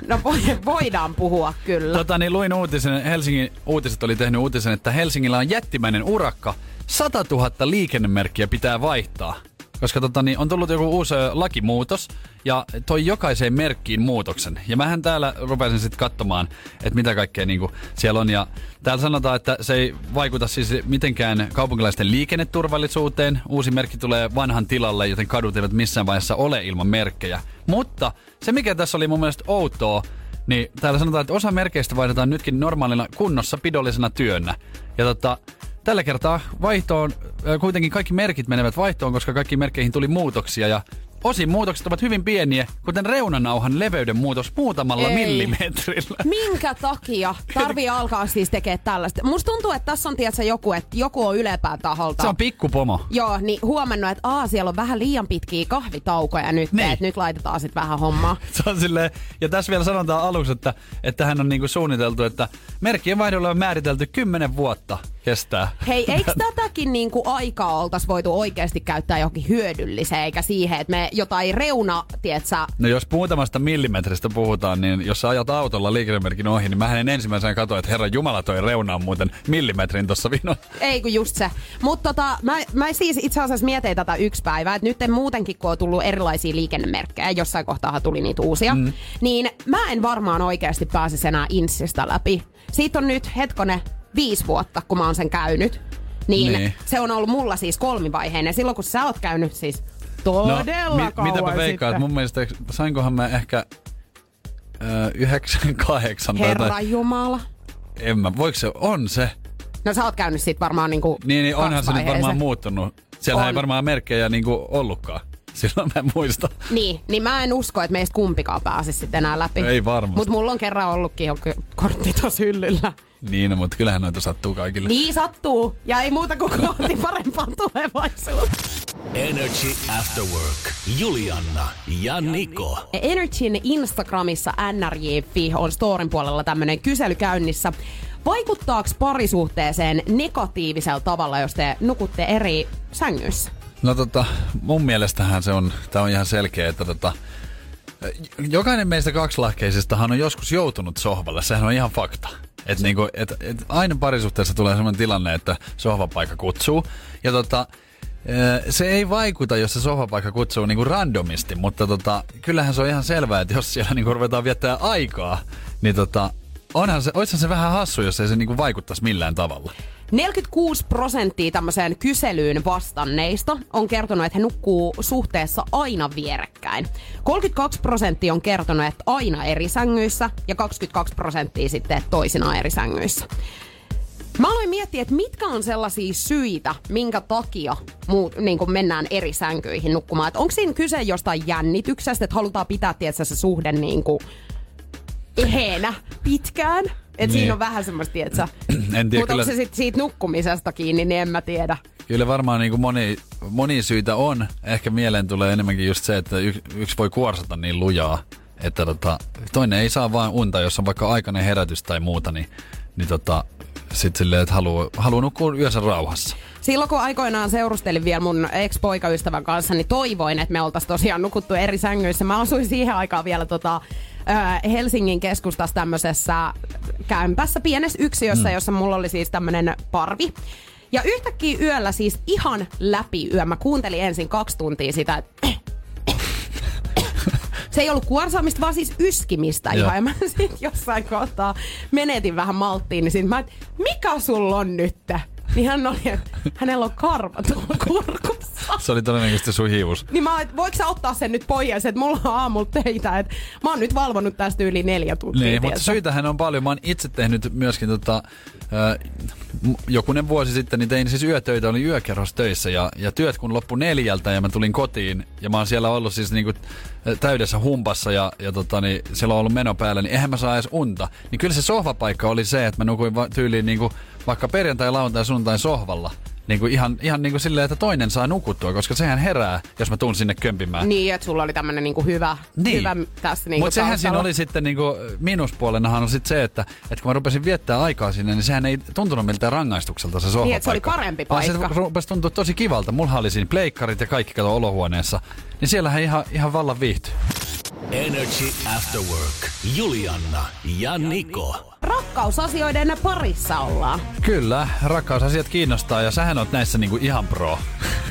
S2: No voi- voidaan puhua kyllä.
S3: Tota, niin luin uutisen, Helsingin uutiset oli tehnyt uutisen, että Helsingillä on jättimäinen urakka. 100 000 liikennemerkkiä pitää vaihtaa. Koska tota, niin on tullut joku uusi ö, lakimuutos ja toi jokaiseen merkkiin muutoksen. Ja mähän täällä rupesin sitten katsomaan, että mitä kaikkea niinku siellä on. Ja täällä sanotaan, että se ei vaikuta siis mitenkään kaupunkilaisten liikenneturvallisuuteen. Uusi merkki tulee vanhan tilalle, joten kadut eivät missään vaiheessa ole ilman merkkejä. Mutta se mikä tässä oli mun mielestä outoa, niin täällä sanotaan, että osa merkeistä vaihdetaan nytkin normaalina kunnossa pidollisena työnä. Ja tota, tällä kertaa vaihtoon, ö, kuitenkin kaikki merkit menevät vaihtoon, koska kaikki merkkeihin tuli muutoksia ja Osin muutokset ovat hyvin pieniä, kuten reunanauhan leveyden muutos muutamalla
S2: Ei.
S3: Ei. millimetrillä.
S2: Minkä takia tarvii alkaa siis tekemään tällaista? Musta tuntuu, että tässä on tiedätkö, joku, että joku on ylempää taholta.
S3: Se on pikkupomo.
S2: Joo, niin huomannut, että aa, siellä on vähän liian pitkiä kahvitaukoja nyt,
S3: Niin.
S2: että nyt laitetaan sitten vähän hommaa.
S3: Se on silleen, ja tässä vielä sanotaan aluksi, että, että hän on niinku suunniteltu, että merkkien vaihdolla on määritelty 10 vuotta kestää.
S2: Hei, eikö tätäkin niin kuin aikaa oltaisi voitu oikeasti käyttää johonkin hyödylliseen, eikä siihen, että me jotain reuna, tiedätkö,
S3: No jos muutamasta millimetristä puhutaan, niin jos sä ajat autolla liikennemerkin ohi, niin mä en ensimmäisenä katso, että herra Jumala toi reuna on muuten millimetrin tossa vino.
S2: Ei kun just se. Mutta tota, mä, mä siis itse asiassa mietin tätä yksi päivä, että nyt muutenkin kun on tullut erilaisia liikennemerkkejä, jossain kohtaa tuli niitä uusia, mm. niin mä en varmaan oikeasti pääse enää Insista läpi. Siitä on nyt hetkone viisi vuotta, kun mä oon sen käynyt. Niin, niin.
S3: Niin.
S2: se on ollut mulla siis kolmivaiheinen. Silloin kun sä oot käynyt siis todella no, kauan
S3: mitäpä veikkaat?
S2: sitten.
S3: Mun mielestä sainkohan mä ehkä ö, 98 tai
S2: Herra
S3: jotain.
S2: Jumala.
S3: En mä, voiko se, on se.
S2: No sä oot käynyt sit varmaan niinku
S3: Niin, niin onhan
S2: kaksi
S3: se nyt varmaan
S2: vaiheeseen.
S3: muuttunut. Siellä
S2: On.
S3: ei varmaan merkkejä niinku ollutkaan. Silloin mä en muista.
S2: Niin, niin mä en usko, että meistä kumpikaan pääse sitten enää läpi.
S3: Ei varmasti.
S2: Mutta mulla on kerran ollutkin jo k- kortti tossa hyllyllä.
S3: Niin, no, mutta kyllähän noita sattuu kaikille.
S2: Niin sattuu, ja ei muuta kuin kohti parempaa tulevaisuutta.
S1: Energy After Work. Julianna ja Niko.
S2: Energyn Instagramissa nrj.fi on storin puolella tämmönen kysely käynnissä. Vaikuttaako parisuhteeseen negatiivisella tavalla, jos te nukutte eri sängyissä?
S3: No tota, mun mielestähän se on, tää on ihan selkeä, että tota, jokainen meistä kaksilahkeisistahan on joskus joutunut sohvalle, sehän on ihan fakta. Et niinku, et, et aina parisuhteessa tulee sellainen tilanne, että sohvapaikka kutsuu. Ja tota, ö, se ei vaikuta, jos se sohvapaikka kutsuu niinku randomisti, mutta tota, kyllähän se on ihan selvää, että jos siellä niinku ruvetaan viettää aikaa, niin tota, onhan se, oishan se vähän hassu, jos ei se niinku vaikuttaisi millään tavalla.
S2: 46 prosenttia tämmöiseen kyselyyn vastanneista on kertonut, että he nukkuu suhteessa aina vierekkäin. 32 prosenttia on kertonut, että aina eri sängyissä ja 22 prosenttia sitten, että toisinaan eri sängyissä. Mä aloin miettiä, että mitkä on sellaisia syitä, minkä takia muu, niin kun mennään eri sänkyihin nukkumaan. Onko siinä kyse jostain jännityksestä, että halutaan pitää tietysti se suhde niin kuin eheenä pitkään? Että niin. siinä
S3: Niin.
S2: on vähän semmoista, tietysti,
S3: En tiedä,
S2: mutta onko
S3: kyllä-
S2: se sit siitä nukkumisesta kiinni, niin en mä tiedä.
S3: Kyllä varmaan niin kuin moni, moni syitä on. Ehkä mieleen tulee enemmänkin just se, että y, yksi voi kuorsata niin lujaa, että tota, toinen ei saa vaan unta, jos on vaikka aikainen herätys tai muuta, niin, niin tota, sit silleen, että haluaa, haluaa nukkua yönsä rauhassa.
S2: Silloin kun aikoinaan seurustelin vielä mun ex-poikaystävän kanssa, niin toivoin, että me oltaisiin tosiaan nukuttu eri sängyissä. Mä asuin siihen aikaan vielä tota, ö, Helsingin keskustassa tämmöisessä kämpässä, pienessä yksiössä, mm. jossa mulla oli siis tämmönen parvi. Ja yhtäkkiä yöllä siis ihan läpi yö. Mä kuuntelin ensin kaksi tuntia sitä, että se ei ollut kuorsaamista, vaan siis yskimistä
S3: Joo.
S2: ihan. Ja mä sit jossain kohtaa menetin vähän malttiin, niin sit mä, et, mikä sulla on nyt? Niin hän oli, että hänellä on karva tuolla kurkussa.
S3: Se oli todennäköisesti sun hiivus.
S2: Niin mä oon, et, voiko sä ottaa sen nyt pois, että mulla on aamulla töitä, että mä oon nyt valvonut tästä yli neljä tuntia.
S3: Niin, mutta
S2: tiedätkö?
S3: syitähän on paljon. Mä oon itse tehnyt myöskin tota, ö, m- jokunen vuosi sitten, niin tein siis yötöitä, olin yökerros töissä ja, ja työt kun loppu neljältä ja mä tulin kotiin ja mä oon siellä ollut siis niinku ö, täydessä humpassa ja, ja tota, niin siellä on ollut meno päällä, niin eihän mä saa edes unta. Niin kyllä se sohvapaikka oli se, että mä nukuin va- tyyliin niinku, vaikka perjantai, lauantai, sunnuntai sohvalla. Niin kuin ihan, ihan niin kuin silleen, että toinen saa nukuttua, koska sehän herää, jos mä tuun sinne kömpimään.
S2: Niin, että sulla oli tämmönen niinku hyvä, hyvä tässä niinku
S3: Mutta sehän Niin. siinä
S2: taustalla.
S3: oli sitten niinku, miinuspuolenahan on sitten se, että, että kun mä rupesin viettää aikaa sinne, niin sehän ei tuntunut miltään rangaistukselta se sohvapaikka.
S2: että Niin, se oli parempi
S3: Vaan
S2: paikka.
S3: se rupesi tuntua tosi kivalta. Mulla oli siinä pleikkarit ja kaikki kato olohuoneessa. Niin siellähän ihan, ihan vallan viihtyi.
S1: Energy After Work. Julianna ja Niko.
S2: Rakkausasioiden parissa ollaan.
S3: Kyllä, rakkausasiat kiinnostaa ja sähän oot näissä niinku ihan pro.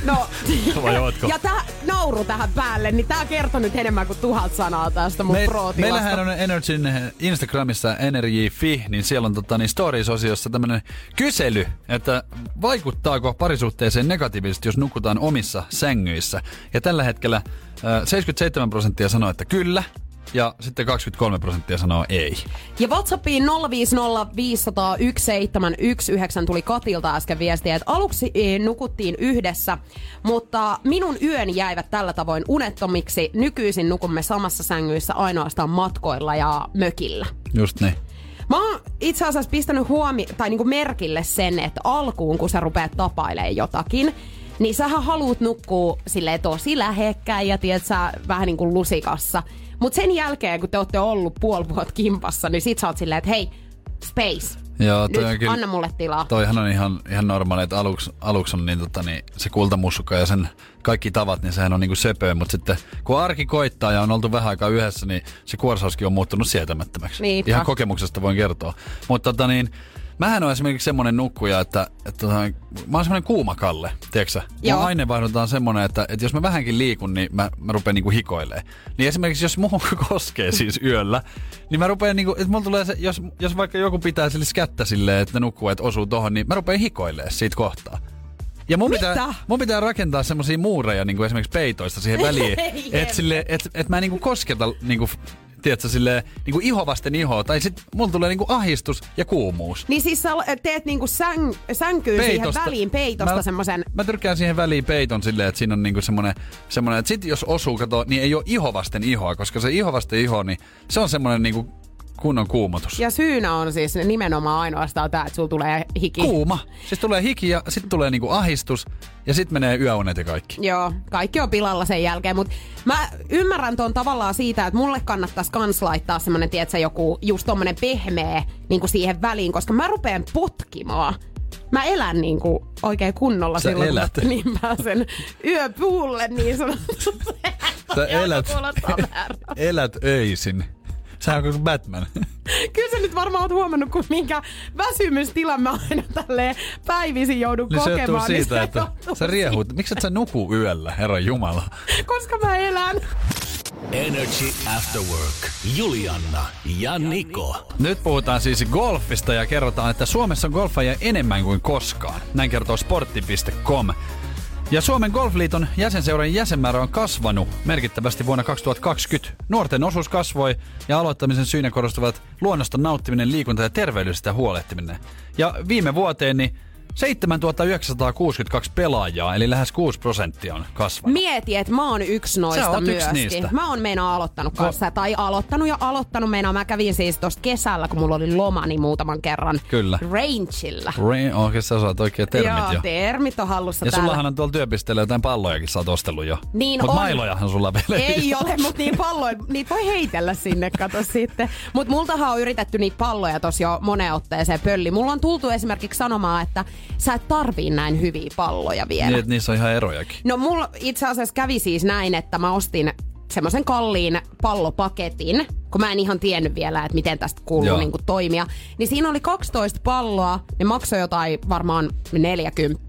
S2: No,
S3: Vai ootko?
S2: ja tää nauru tähän päälle, niin tää kertoo nyt enemmän kuin tuhat sanaa tästä mun
S3: Me,
S2: pro
S3: meillähän on Energyn eh, Instagramissa energy.fi, niin siellä on tota, niin stories-osiossa tämmöinen kysely, että vaikuttaako parisuhteeseen negatiivisesti, jos nukutaan omissa sängyissä. Ja tällä hetkellä ö, 77 prosenttia sanoo, että kyllä, ja sitten 23 prosenttia sanoo ei.
S2: Ja Whatsappiin 050501719 tuli Katilta äsken viestiä, että aluksi eh, nukuttiin yhdessä, mutta minun yön jäivät tällä tavoin unettomiksi. Nykyisin nukumme samassa sängyissä ainoastaan matkoilla ja mökillä.
S3: Just niin.
S2: Mä oon itse asiassa pistänyt huomi- tai niinku merkille sen, että alkuun kun sä rupeat tapailemaan jotakin, niin sähän haluut nukkua silleen tosi lähekkäin ja tiedät sä vähän niinku lusikassa. Mut sen jälkeen, kun te ootte ollut puoli vuotta kimpassa, niin sit sä oot silleen, että hei, space.
S3: Joo, toi on
S2: Nyt,
S3: kyllä-
S2: anna mulle tilaa.
S3: Toihan on ihan, ihan normaali, että aluksi, aluksi on niin, tota, niin, se kultamussukka ja sen kaikki tavat, niin sehän on niin kuin söpöä, mutta sitten kun arki koittaa ja on oltu vähän aikaa yhdessä, niin se kuorsauskin on muuttunut sietämättömäksi.
S2: Niinpä.
S3: Ihan kokemuksesta voin kertoa. Mutta tota, niin, mähän on esimerkiksi semmoinen nukkuja, että, että tota, mä oon semmoinen kuuma kalle, tiedätkö Mun
S2: Joo.
S3: aineenvaihdunta on semmoinen, että, että jos mä vähänkin liikun, niin mä, mä rupean niinku hikoilee. Niin esimerkiksi jos muuhun koskee siis yöllä, niin mä rupean niinku, että mulla tulee se, jos, jos vaikka joku pitää sille kättä silleen, että ne nukkuu, että osuu tohon, niin mä rupean hikoilee siitä kohtaa. Ja mun pitää,
S2: Mitä?
S3: mun pitää rakentaa semmosia muureja niinku esimerkiksi peitoista siihen väliin, että sille, Niin. et, et mä en niinku kosketa niinku, tiedätkö, silleen, niinku iho vasten ihoa, tai sit mulla tulee niinku ahistus ja kuumuus.
S2: Niin siis sä teet niinku säng, sänkyyn siihen väliin peitosta
S3: Mä-
S2: semmosen
S3: Mä tyrkään siihen väliin peiton silleen, että siinä on niinku semmonen, semmonen että sit jos osuu, kato, niin ei ole iho vasten ihoa, koska se iho vasten iho, niin se on semmonen niinku kunnon kuumotus.
S2: Ja syynä on siis nimenomaan ainoastaan tää, että sulla tulee hiki.
S3: Kuuma. Siis tulee hiki ja sit tulee niinku ahistus ja sit menee yöunet ja kaikki.
S2: Joo, kaikki on pilalla sen jälkeen, mutta mä ymmärrän ton tavallaan siitä, että mulle kannattaisi kans laittaa semmonen, tietsä, joku just tommonen pehmeä niin kuin siihen väliin, koska mä rupeen potkimaan. Mä elän niin kuin oikein kunnolla
S3: Sä
S2: silloin,
S3: elät.
S2: kun niin pääsen yöpuulle niin sanotusti.
S3: Sä elät,
S2: kuulostaa väärältä.
S3: elät öisin. Sä on kuin Batman.
S2: Kyllä sä nyt varmaan oot huomannut, kun minkä väsymystilan mä aina tälleen päivisin joudun
S3: Niin se johtuu
S2: kokemaan.
S3: siitä,
S2: se
S3: että
S2: johtuu
S3: sä riehut. Miksi et sä nuku yöllä, herra Jumala?
S2: siitä, Koska mä elän.
S1: Energy After Work. Julianna ja Niko.
S3: Nyt puhutaan siis golfista ja kerrotaan, että Suomessa on golfajia enemmän kuin koskaan. Näin kertoo sportti.com. Ja Suomen Golfliiton jäsenseurojen jäsenmäärä on kasvanut merkittävästi vuonna 2020. Nuorten osuus kasvoi ja aloittamisen syynä korostuvat luonnosta nauttiminen, liikunta ja terveydellisestä huolehtiminen. Ja viime vuoteen niin 7962 pelaajaa, eli lähes 6 prosenttia on kasvanut.
S2: Mieti, että mä oon yksi
S3: Sä
S2: noista
S3: oot yksi
S2: myöskin.
S3: niistä.
S2: Mä oon meinaa aloittanut kanssa, tai aloittanut ja aloittanut meinaa. Mä kävin siis tossa kesällä, kun mulla oli loma, niin muutaman kerran.
S3: Kyllä.
S2: Rangeilla.
S3: Rain, oikeastaan osaat oikein termit
S2: Joo,
S3: jo.
S2: termit on hallussa
S3: Ja
S2: täällä.
S3: sullahan on tuolla työpisteellä jotain pallojakin, sä oot ostellut jo.
S2: Niin
S3: Mut
S2: on.
S3: mailojahan sulla vielä
S2: Ei ole, mutta niin palloja, niitä voi heitellä sinne, kato sitten. Mutta multahan on yritetty niitä palloja tosi jo moneen otteeseen pölli. Mulla on tultu esimerkiksi sanomaan, että sä et tarvii näin hyviä palloja vielä.
S3: Niin, että niissä on ihan erojakin.
S2: No mulla itse asiassa kävi siis näin, että mä ostin semmoisen kalliin pallopaketin, kun mä en ihan tiennyt vielä, että miten tästä
S3: Joo.
S2: kuuluu niin toimia. Niin siinä oli 12 palloa, ne maksoi jotain varmaan 40.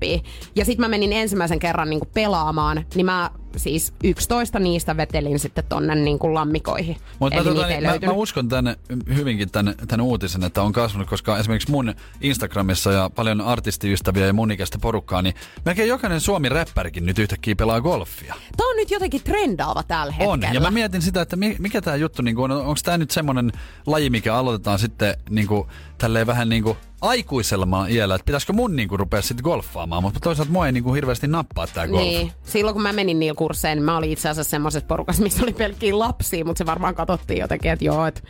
S2: Ja sitten mä menin ensimmäisen kerran niin pelaamaan, niin mä siis 11 niistä vetelin sitten tonne niin lammikoihin.
S3: Mut mä,
S2: Eli
S3: tota,
S2: niitä ei
S3: niin, mä, mä,
S2: löytynyt.
S3: uskon tänne, hyvinkin tänne, tänne uutisen, että on kasvanut, koska esimerkiksi mun Instagramissa ja paljon artistiystäviä ja mun ikäistä porukkaa, niin melkein jokainen suomi-räppärikin nyt yhtäkkiä pelaa golfia.
S2: Tää on nyt jotenkin trendaava tällä
S3: On,
S2: hetkellä.
S3: ja mä mietin sitä, että mi- mikä tämä juttu niin on, onko tämä nyt semmoinen laji, mikä aloitetaan sitten niin kuin, tälleen vähän niin kuin aikuisella iällä, että pitäisikö mun niin kuin, rupea sitten golfaamaan, mutta toisaalta mua ei niin kuin, hirveästi nappaa tämä golf.
S2: Niin. Silloin kun mä menin niillä kursseilla, niin mä olin itse asiassa semmoisessa porukassa, missä oli pelkkiä lapsia, mutta se varmaan katsottiin jotenkin, että joo, että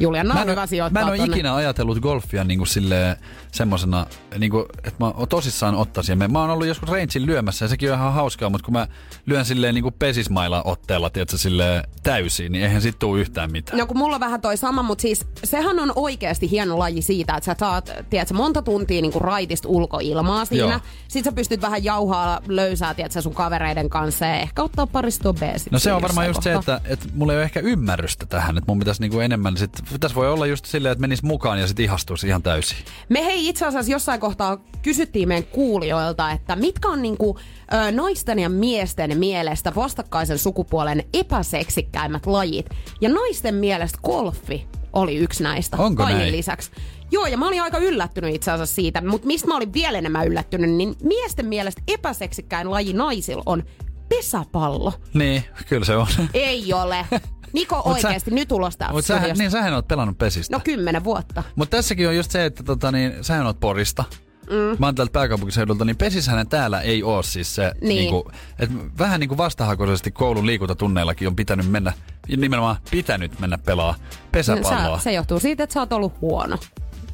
S2: Julianna
S3: Mä
S2: on
S3: en,
S2: hyvä
S3: oo-
S2: sijoittaa
S3: mä en ole
S2: tonne.
S3: ikinä ajatellut golfia niinku silleen semmosena, niinku, että mä o- tosissaan ottaisin. Mä- Mä oon ollut joskus rangein lyömässä ja sekin on ihan hauskaa, mutta kun mä lyön silleen niinku pesismailla otteella, tiedätkö, silleen täysin, niin eihän sit tuu yhtään mitään.
S2: No kun mulla on vähän toi sama, mutta siis sehän on oikeasti hieno laji siitä, että sä saat, tiedätkö, monta tuntia niinku raitista ulkoilmaa siinä.
S3: Joo.
S2: Joo. Sit sä pystyt vähän jauhaa löysää, tiedätkö, sun kavereiden kanssa ja ehkä ottaa paristoa B sit
S3: No se
S2: siinä
S3: on varmaan
S2: jossain
S3: just se,
S2: kohtaa.
S3: että, että mulla ei ole ehkä ymmärrystä tähän, että mun pitäisi niinku enemmän sit tässä voi olla just silleen, että menis mukaan ja sitten ihastuisi ihan täysin.
S2: Me hei itse asiassa jossain kohtaa kysyttiin meidän kuulijoilta, että mitkä on niinku, ö, naisten ja miesten mielestä vastakkaisen sukupuolen epäseksikkäimmät lajit. Ja naisten mielestä golfi oli yksi näistä
S3: Onko
S2: lajin
S3: näin?
S2: lisäksi. Joo, ja mä olin aika yllättynyt itse asiassa siitä, mutta mistä mä olin vielä enemmän yllättynyt, niin miesten mielestä epäseksikkäin laji naisilla on pesäpallo.
S3: Niin, kyllä se on.
S2: Ei ole. Niko
S3: Mut sä-
S2: oikeasti nyt ulos täältä
S3: Mut sähän,
S2: studiosta.
S3: niin sähän oot pelannut pesistä.
S2: No kymmenen vuotta.
S3: Mutta tässäkin on just se, että tota, niin, sähän oot Porista. Mm. Mä oon täältä pääkaupunkiseudulta, niin pesissähän täällä ei oo siis se,
S2: Niin.
S3: niin. niinku, et vähän niinku vastahakoisesti koulun liikuntatunneilla on pitänyt mennä, nimenomaan pitänyt mennä pelaa pesäpalloa.
S2: No Sä, se johtuu siitä, että sä oot ollut huono.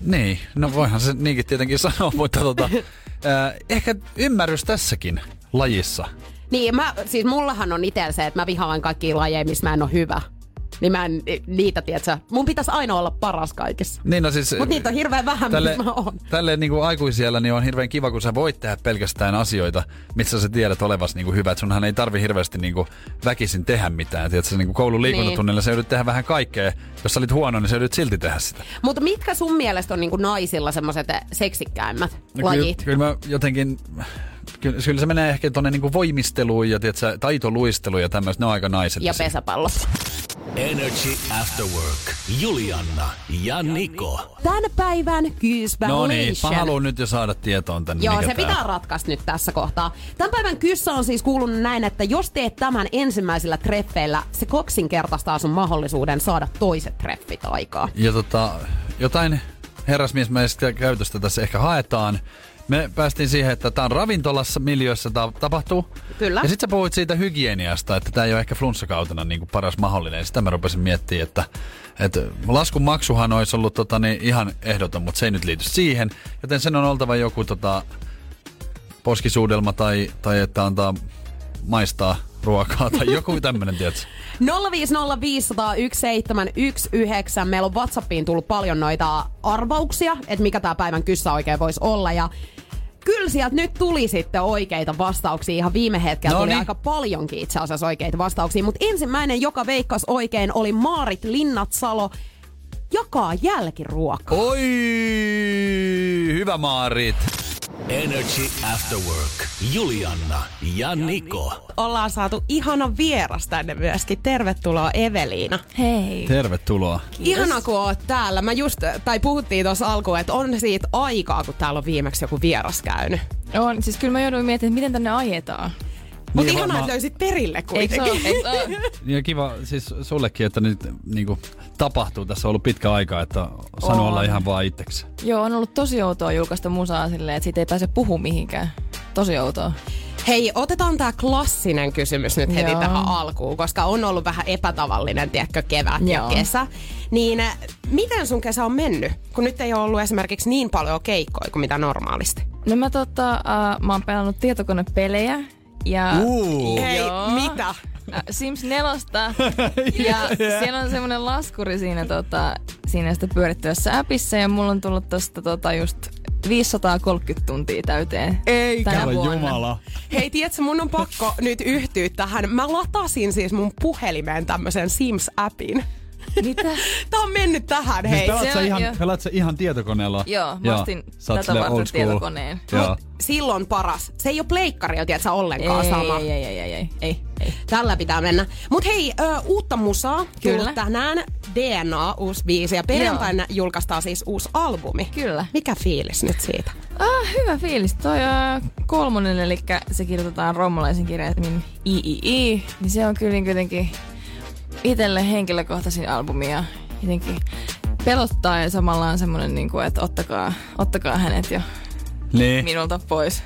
S3: Niin, no voihan se niinkin tietenkin sanoa, mutta tota, ää, ehkä ymmärrys tässäkin lajissa.
S2: Niin, mä, siis mullahan on itsellä se, että mä vihaan kaikkia lajeja, missä mä en ole hyvä. Niin mä en niitä, tiedätkö, mun pitäisi aina olla paras kaikessa.
S3: Niin no siis,
S2: Mut niitä on hirveän vähän,
S3: tälle,
S2: missä mä oon.
S3: Tälleen niin kuin aikuisiellä niin on hirveän kiva, kun sä voit tehdä pelkästään asioita, missä sä tiedät olevas niin kuin hyvä. Et sunhan ei tarvi hirveästi niin kuin väkisin tehdä mitään. Tiedätkö, niin kuin koulun liikuntatunnilla niin. sä joudut tehdä vähän kaikkea. Jos sä olit huono, niin sä joudut silti tehdä sitä.
S2: Mutta mitkä sun mielestä on niinku naisilla semmoiset seksikkäimmät no,
S3: kyllä,
S2: lajit?
S3: kyllä mä jotenkin... Kyllä, kyllä se menee ehkä tuonne niinku voimisteluun ja tiedätkö, taitoluisteluun ja tämmöistä, ne on aika naiset.
S2: Ja pesäpallo.
S1: Energy After Work. Julianna ja Niko.
S2: Tämän päivän kyysvälation.
S3: No niin, mä haluan nyt jo saada tietoon tänne.
S2: Joo,
S3: mikä
S2: se
S3: tää
S2: pitää ratkaista nyt tässä kohtaa. Tämän päivän kyssä on siis kuulunut näin, että jos teet tämän ensimmäisillä treffeillä, se kaksinkertaistaa sun mahdollisuuden saada toiset treffit aikaa.
S3: Ja tota, jotain herrasmiesmäistä käytöstä tässä ehkä haetaan. Me päästiin siihen, että tämä on ravintolassa, miljöössä tämä tapahtuu.
S2: Kyllä.
S3: Ja sitten sä puhuit siitä hygieniasta, että tämä ei ole ehkä flunssakautena niin kuin paras mahdollinen. Sitä mä rupesin miettimään, että, että laskun maksuhan olisi ollut tota, niin ihan ehdoton, mutta se ei nyt liity siihen. Joten sen on oltava joku tota, poskisuudelma tai, tai että antaa maistaa ruokaa tai joku tämmöinen, tiedätkö?
S2: 050501719. Meillä on Whatsappiin tullut paljon noita arvauksia, että mikä tämä päivän kyssä oikein voisi olla. Ja kyllä sieltä nyt tuli sitten oikeita vastauksia. Ihan viime hetkellä tuli
S3: Noniin.
S2: aika paljonkin itse asiassa oikeita vastauksia. Mutta ensimmäinen, joka veikkasi oikein, oli Maarit Linnatsalo. Jakaa jälkiruokaa.
S3: Oi, hyvä Maarit!
S1: Energy After Work. Julianna ja Niko.
S5: ollaan saatu ihana vieras tänne myöskin. Tervetuloa Eveliina.
S6: Hei.
S3: Tervetuloa.
S5: Ihana kun oot täällä. Mä just, äh, tai puhuttiin tuossa alkuun, että on siitä aikaa, kun täällä on viimeksi joku vieras käynyt.
S6: On, siis kyllä mä jouduin miettimään, että miten tänne ajetaan.
S5: Mutta
S3: Niin
S5: niin ihanaa,
S3: varmaan-
S5: että löysit perille
S6: Eikö se
S5: kuitenkin.
S6: ole? Eikö se ole?
S3: Ja kiva siis sullekin, että nyt niin kuin, tapahtuu. Tässä on ollut pitkä aika, että sano
S6: On.
S3: olla ihan vaan itseksi.
S6: Joo, on ollut tosi outoa julkaista musaa silleen, että siitä ei pääse puhu mihinkään. Tosi outoa.
S5: Hei, otetaan tämä klassinen kysymys nyt heti
S6: Joo.
S5: tähän alkuun, koska on ollut vähän epätavallinen, tiedätkö, kevät ja
S6: Joo.
S5: kesä. Niin äh, miten sun kesä on mennyt, kun nyt ei ole ollut esimerkiksi niin paljon keikkoja kuin mitä normaalisti?
S6: No mä tota, äh, mä oon pelannut tietokonepelejä ja...
S3: Uu.
S5: Hei,
S6: Joo.
S5: mitä?
S6: Äh, Sims 4 ja siellä on semmoinen laskuri siinä, tota, siinä sitä pyörittävässä appissa ja mulla on tullut tosta tota, just 530 tuntia täyteen Eikä tänä vuonna.
S5: Hei, tiedätkö, mun on pakko nyt yhtyä tähän. Mä latasin siis mun puhelimeen tämmöisen Sims-appin.
S6: Mitä?
S5: Tää on mennyt tähän,
S3: Siis
S5: hei.
S3: pelaat
S6: se
S3: sä
S6: on
S3: ihan,
S6: jo-
S3: pelaat sä ihan tietokoneella?
S6: Joo, mä ostin
S3: Sä oot
S6: tätä
S3: silleen
S6: varten
S3: old school.
S6: tietokoneen.
S3: Joo.
S5: Silloin paras. Se ei ole pleikkarilla, tiedätkö, ollenkaan sama.
S6: Ei, ei, ei, ei, ei, ei, ei.
S5: Tällä pitää mennä. Mut hei, ö, uutta musaa
S6: Kyllä.
S5: tullut tänään. DNA, uusi biisi. Ja perjantaina julkaistaan siis uusi albumi.
S6: Kyllä.
S5: Mikä fiilis nyt siitä?
S6: Ah, hyvä fiilis. Toi uh, kolmonen, eli se kirjoitetaan rommalaisen kirjaimin III, niin se on kyllä jotenkin itselle henkilökohtaisin albumi ja jotenkin pelottaa ja samalla on semmoinen, niin kuin, että ottakaa, ottakaa hänet jo
S3: Niin.
S6: minulta pois.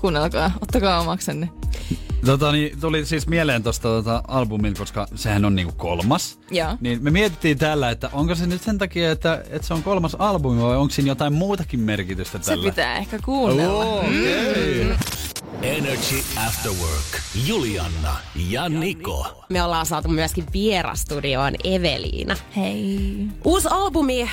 S6: Kuunnelkaa, ottakaa omaksenne.
S3: Tota, niin, tuli siis mieleen tuosta tota, albumilta, koska sehän on niinku kolmas.
S6: Joo.
S3: Niin me mietittiin tällä, että onko se nyt sen takia, että, että se on kolmas albumi vai onko siinä jotain muutakin merkitystä
S6: Se
S3: tällä?
S6: pitää ehkä kuunnella.
S3: Oo, okei.
S1: Energy After Work. Julianna ja Niko.
S2: Me ollaan saatu myöskin vierastudioon Eveliina.
S6: Hei.
S2: Uusi albumi äh,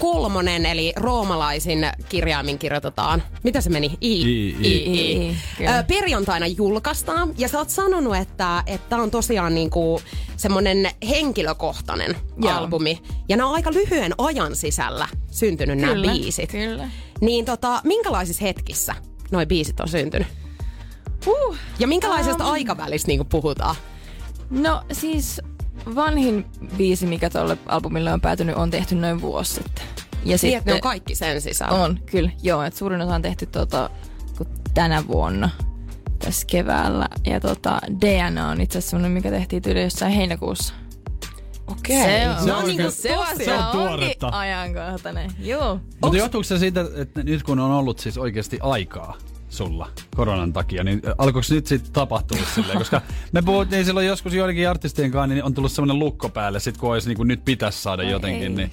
S2: kolmonen, eli roomalaisin kirjaimin kirjoitetaan. Mitä se meni? I.
S3: I, I.
S6: I, kyllä.
S2: Ö, perjantaina julkaistaan, ja sä oot sanonut, että tämä on tosiaan niinku semmoinen henkilökohtainen
S6: Joo.
S2: albumi. Ja nämä on aika lyhyen ajan sisällä syntynyt nämä
S6: Kyllä,
S2: biisit.
S6: kyllä.
S2: Niin tota, minkälaisissa hetkissä noi biisit on syntynyt?
S6: Uh,
S2: Ja minkälaisesta um. aikavälistä niinku puhutaan?
S6: No siis vanhin biisi, mikä tuolle albumille on päätynyt, on tehty noin vuosi sitten. Ja
S2: Niin, että ne on kaikki sen sisällä.
S6: On, kyllä. Joo, et suurin osa on tehty tota, ku- tänä vuonna tässä keväällä. Ja tota, DNA on itse asiassa semmoinen, mikä tehtiin tyyli jossain heinäkuussa. Okei. Se on,
S7: Se
S6: se on,
S7: on oikein-
S6: niinku, se on,
S7: se
S6: se
S7: on
S6: on
S7: tuoretta.
S6: onkin ajankohtainen. Joo.
S3: Mutta johtuuko se siitä, että nyt kun on ollut siis oikeasti aikaa sulla koronan takia, niin alkoiko nyt sitten tapahtua silleen? Koska me puhuttiin silloin joskus joidenkin artistien kanssa, niin on tullut semmoinen lukko päälle, sit kun olisi niin kuin nyt pitäisi saada
S6: Ai
S3: jotenkin,
S6: ei.
S3: niin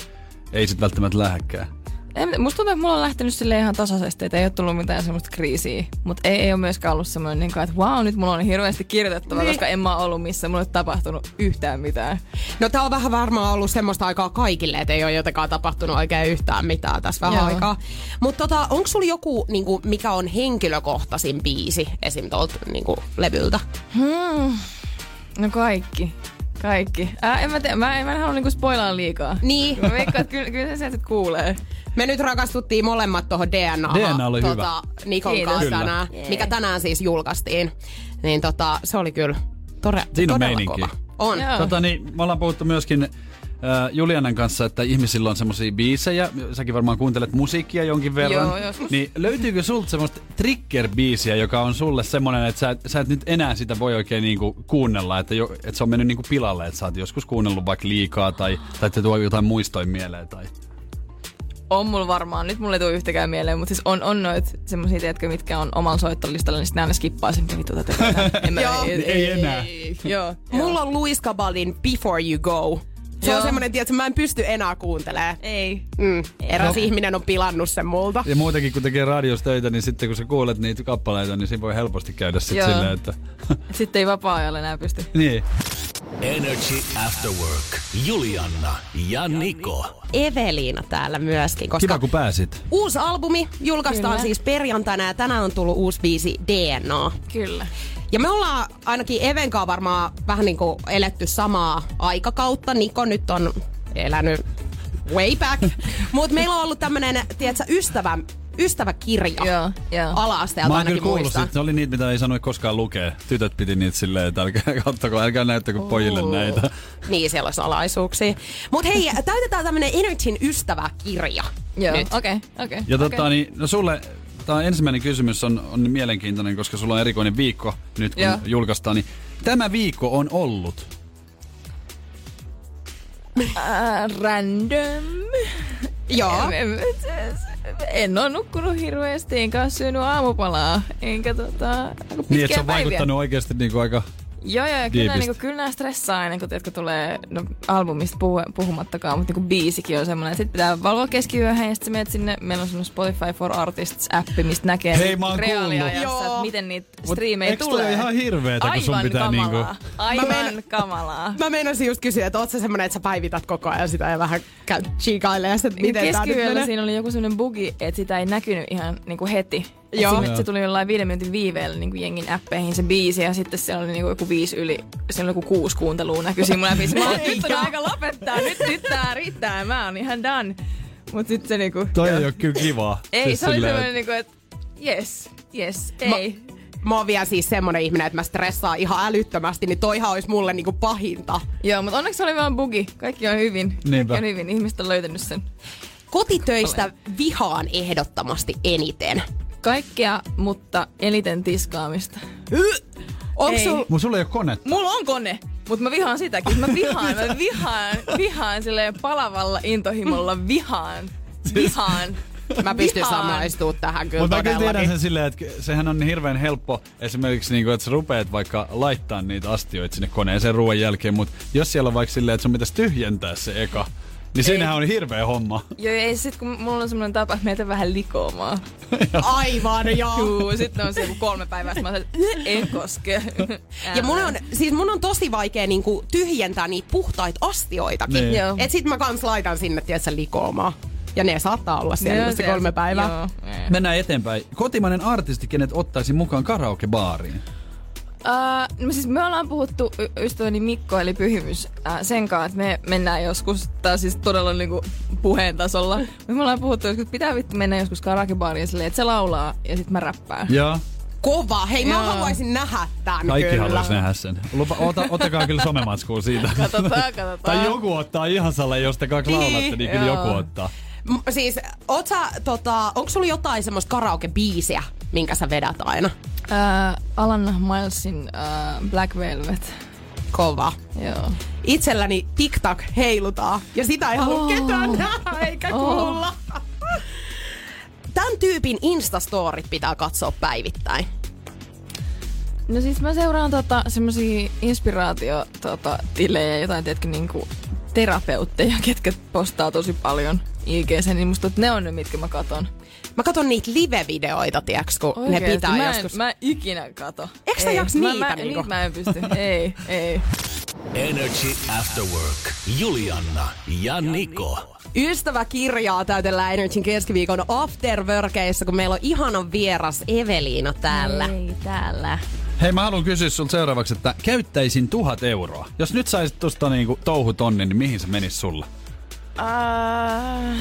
S3: ei sit välttämättä lähdekään.
S6: En, musta tuntuu, että mulla on lähtenyt sille ihan tasaisesti, että ei ole tullut mitään semmoista kriisiä. Mutta ei, ei ole myöskään ollut semmoinen, niin että wow, nyt mulla on hirveästi kirjoitettavaa, niin. koska en mä oo ollut missään. Mulla ei ole tapahtunut yhtään mitään.
S2: No tää on vähän varmaan ollut semmoista aikaa kaikille, että ei ole jotenkaan tapahtunut oikein yhtään mitään tässä vähän Joo.
S6: Joo.
S2: aikaa. Mutta tota, onko sulla joku, niinku, mikä on henkilökohtaisin biisi esim. tuolta niinku, levyltä?
S6: Hmm. No kaikki. Kaikki. Ää, en mä, te- mä, en, mä en halua niinku spoilaa liikaa.
S2: Niin.
S6: Mä veikkaan, että kyllä, kyllä se sieltä kuulee.
S2: Me nyt rakastuttiin molemmat tuohon DNA,
S3: DNA oli
S2: tota, Nikon
S6: Kiitos.
S2: kanssa
S3: Kyllä.
S2: tänään,
S6: Jee.
S2: mikä tänään siis julkaistiin. Niin tota, se oli kyllä tore,
S3: Siinä on
S2: todella
S3: meininki.
S2: kova. On.
S6: Joo.
S3: Tota niin, me ollaan puhuttu myöskin äh, Julianan kanssa, että ihmisillä on semmosia biisejä, säkin varmaan kuuntelet musiikkia jonkin verran.
S6: Joo, joskus.
S3: Niin löytyykö sulta semmoista trigger-biisiä, joka on sulle semmonen, että sä, et- sä et nyt enää sitä voi oikein niinku kuunnella, että, jo, että se on mennyt niinku pilalle, että sä oot joskus kuunnellut vaikka liikaa tai, tai että tuo jotain muistoin mieleen tai...
S6: On mulla varmaan, nyt mulle ei tule yhtäkään mieleen, mutta siis on, on noit semmosia, tiedätkö, mitkä on oman soittolistalla, niin sitten aina skippaa sen, mitä vittu tätä tehdään. En mä-
S2: Joo.
S3: Ei enää.
S6: Joo.
S2: Mulla on Luis Cabaldin Before You Go. Se Joo. on
S6: Joo.
S2: semmoinen, tiedätkö, mä en pysty enää kuuntelemaan.
S6: Ei.
S2: Mm. Eräs no. ihminen on pilannut sen multa.
S3: Ja muutenkin, kun tekee radiossa töitä, niin sitten kun sä kuulet niitä kappaleita, niin siinä voi helposti käydä sit
S6: Joo.
S3: silleen, että...
S6: Sitten ei vapaa-ajalla enää pysty.
S3: niin.
S1: Energy After Work. Julianna ja Niko.
S2: Eveliina täällä myöskin, koska
S3: Kiva, kun pääsit.
S2: uusi albumi julkaistaan Kyllä.
S6: Kyllä.
S2: siis perjantaina ja tänään on tullut uusi biisi DNA.
S6: Kyllä.
S2: Ja me ollaan ainakin Evenkaa varmaan vähän niin kuin eletty samaa aikakautta. Niko nyt on elänyt way back. Mutta meillä on ollut tämmönen, tiedätkö, ystävä, ystäväkirja.
S6: Joo, joo.
S2: Ala-asteelta
S3: Mä oon kyllä
S2: ainakin
S3: kuullut,
S2: muistan.
S3: sit, ne oli niitä, mitä ei sanoi koskaan lukea. Tytöt piti niitä silleen, että älkää, ottako, älkää näyttäkö pojille näitä.
S2: Niin, siellä on salaisuuksia. Mutta hei, täytetään tämmönen Energyn ystäväkirja.
S6: Joo,
S2: Nyt.
S6: okei, okei.
S3: Ja
S6: okei.
S3: okay. tota, niin, no sulle tämä ensimmäinen kysymys on, on mielenkiintoinen, koska sulla on erikoinen viikko nyt, kun
S6: Joo.
S3: julkaistaan. Niin, tämä viikko on ollut. Niin,
S6: Ää, random.
S2: Joo.
S6: En- En ole nukkunut hirveästi, enkä ole syönyt aamupalaa, enkä tota, aika
S3: Niin,
S6: pitkiä
S3: että se on
S6: päiviä.
S3: vaikuttanut oikeasti niinku aina. aika...
S6: Joo, joo, ja kyllä,
S3: diipistä.
S6: niinku, kyllä nämä stressaa aina, kun tiedätkö, tulee no, albumista puhu, puhumattakaan, mutta niinku, biisikin on semmoinen. Sitten pitää valvoa keskiyöhön ja sitten menet sinne, meillä on semmoinen Spotify for Artists-appi, mistä näkee niinku
S3: Hei, mä oon
S6: reaaliajassa,
S2: kuullut.
S6: että miten niitä striimejä
S3: eiks toi
S6: tulee.
S3: ole ihan hirveetä, kun sun
S6: Aivan
S3: pitää
S6: kamalaa.
S3: niinku-
S6: Aivan
S2: Mä menen-
S6: kamalaa.
S2: Mä meinasin just kysyä, että oot sä semmonen, että sä päivität koko ajan sitä ja vähän käyt chiikailemaan sitä, että miten tää nyt
S6: Keskiyöllä
S2: menee.
S6: siinä oli joku sellainen bugi, että sitä ei näkynyt ihan niin kuin heti. Et
S2: Joo.
S6: sinne- Se tuli jollain viiden minuutin viiveellä niin kuin jengin appeihin se biisi ja sitten siellä oli niin kuin joku viisi yli, siellä oli joku kuusi kuuntelua näkyi siinä mun läpissä. Mä olin, nyt on aika lopettaa, nyt, nyt tää riittää, mä oon ihan done. Mut sit se niinku...
S3: Toi
S6: joo.
S3: ei ole kyllä kivaa.
S6: Ei,
S3: Siis
S6: se oli
S3: silleen,
S6: sellainen niinku, että yes, yes,
S2: Mä-
S6: ei.
S2: Mä oon vielä siis semmonen ihminen, että mä stressaan ihan älyttömästi, niin toihan olisi mulle niinku pahinta.
S6: Joo, mutta onneksi se oli vaan bugi. Kaikki on hyvin.
S3: Niinpä.
S6: Kaikki on hyvin. Ihmiset on löytänyt sen.
S2: Kotitöistä vihaan ehdottomasti eniten.
S6: Kaikkea, mutta eniten tiskaamista.
S2: Onko
S6: Ei.
S2: sul...
S3: Mut sulla ei ole kone.
S6: Mulla on kone, mutta mä vihaan sitäkin. Mä vihaan, mä vihaan, vihaan silleen palavalla intohimolla vihaan. Vihaan.
S2: Mä pystyn
S6: Vihaan.
S2: samaistuu tähän kyllä
S3: Mutta mä kyllä tiedän
S2: todellakin.
S3: sen silleen, että sehän on hirveän helppo esimerkiksi, niin kuin, että sä rupeat vaikka laittaa niitä astioita sinne koneeseen ruoan jälkeen, mutta jos siellä on vaikka silleen, että sun pitäisi tyhjentää se eka, Niin siinähän on hirveä homma.
S6: Joo, ei sit kun mulla on semmoinen tapa, että meitä vähän likoomaan.
S2: Aivan, joo.
S6: Juu, sitten on se joku kolme päivää, sit mä oon, että en koske.
S2: Ja mun on, siis mun on tosi vaikea niinku tyhjentää niitä puhtaita astioitakin.
S3: Niin.
S6: Joo.
S2: Et sit mä kans laitan sinne, tiedätkö, likoomaan. Ja ne saattaa olla siellä just se kolme päivää.
S6: Joo. Äh,
S3: Mennään eteenpäin. Kotimainen artisti, kenet ottaisin mukaan karaokebaariin.
S6: no siis me ollaan puhuttu y- ystäväni Mikko eli Pyhimys äh, sen kanssa, että me mennään joskus, tää on siis todella niinku puheen tasolla, mutta me ollaan puhuttu joskus, että pitää vittu mennä joskus karaokebaariin silleen, että se laulaa ja sit mä räppään.
S3: Joo.
S2: Kova! Hei, mä
S6: Joo.
S2: haluaisin nähdä tämän
S3: Kaikki
S2: kyllä.
S3: haluaisi nähdä sen. Lupa, ota, ottakaa kyllä somematskua siitä.
S6: Katsotaan, katsotaan.
S3: tai joku ottaa ihan salle, jos te kaksi laulatte, niin kyllä
S6: Joo.
S3: joku ottaa.
S2: M- Siis, oot sä, tota, onko sulla jotain semmoista karaoke-biisiä, minkä sä vedät aina?
S6: Äh, Alan Milesin äh, Black Velvet.
S2: Kova.
S6: Joo.
S2: Itselläni TikTok heilutaan ja sitä ei halua
S6: Oh.
S2: ketään nähdä eikä
S6: Oh.
S2: kuulla. Tämän tyypin instastorit pitää katsoa päivittäin.
S6: No siis mä seuraan tota, semmosia inspiraatio tota, tilejä, jotain tietenkin niinku terapeutteja, ketkä postaa tosi paljon ig niin musta että ne on ne, mitkä mä katon.
S2: Mä katson niitä live-videoita, tiiäks, kun ne pitää
S6: mä en,
S2: joskus.
S6: Mä en ikinä kato.
S2: Eiks sä
S6: Ei.
S2: jaksa
S6: Mä-
S2: niitä, niinku? Niko?
S6: Mä, niitä mä en pysty. ei, ei.
S1: Energy After Work. Julianna ja Niko.
S2: Ystävä kirjaa täytellään Energyn keskiviikon afterworkeissa, kun meillä on ihana vieras Eveliina täällä.
S6: Ei täällä.
S3: Hei, mä haluan kysyä sulta seuraavaksi, että käyttäisin tuhat euroa. Jos nyt saisit tosta niinku touhutonnin, niin mihin se menisi sulla?
S6: Äh.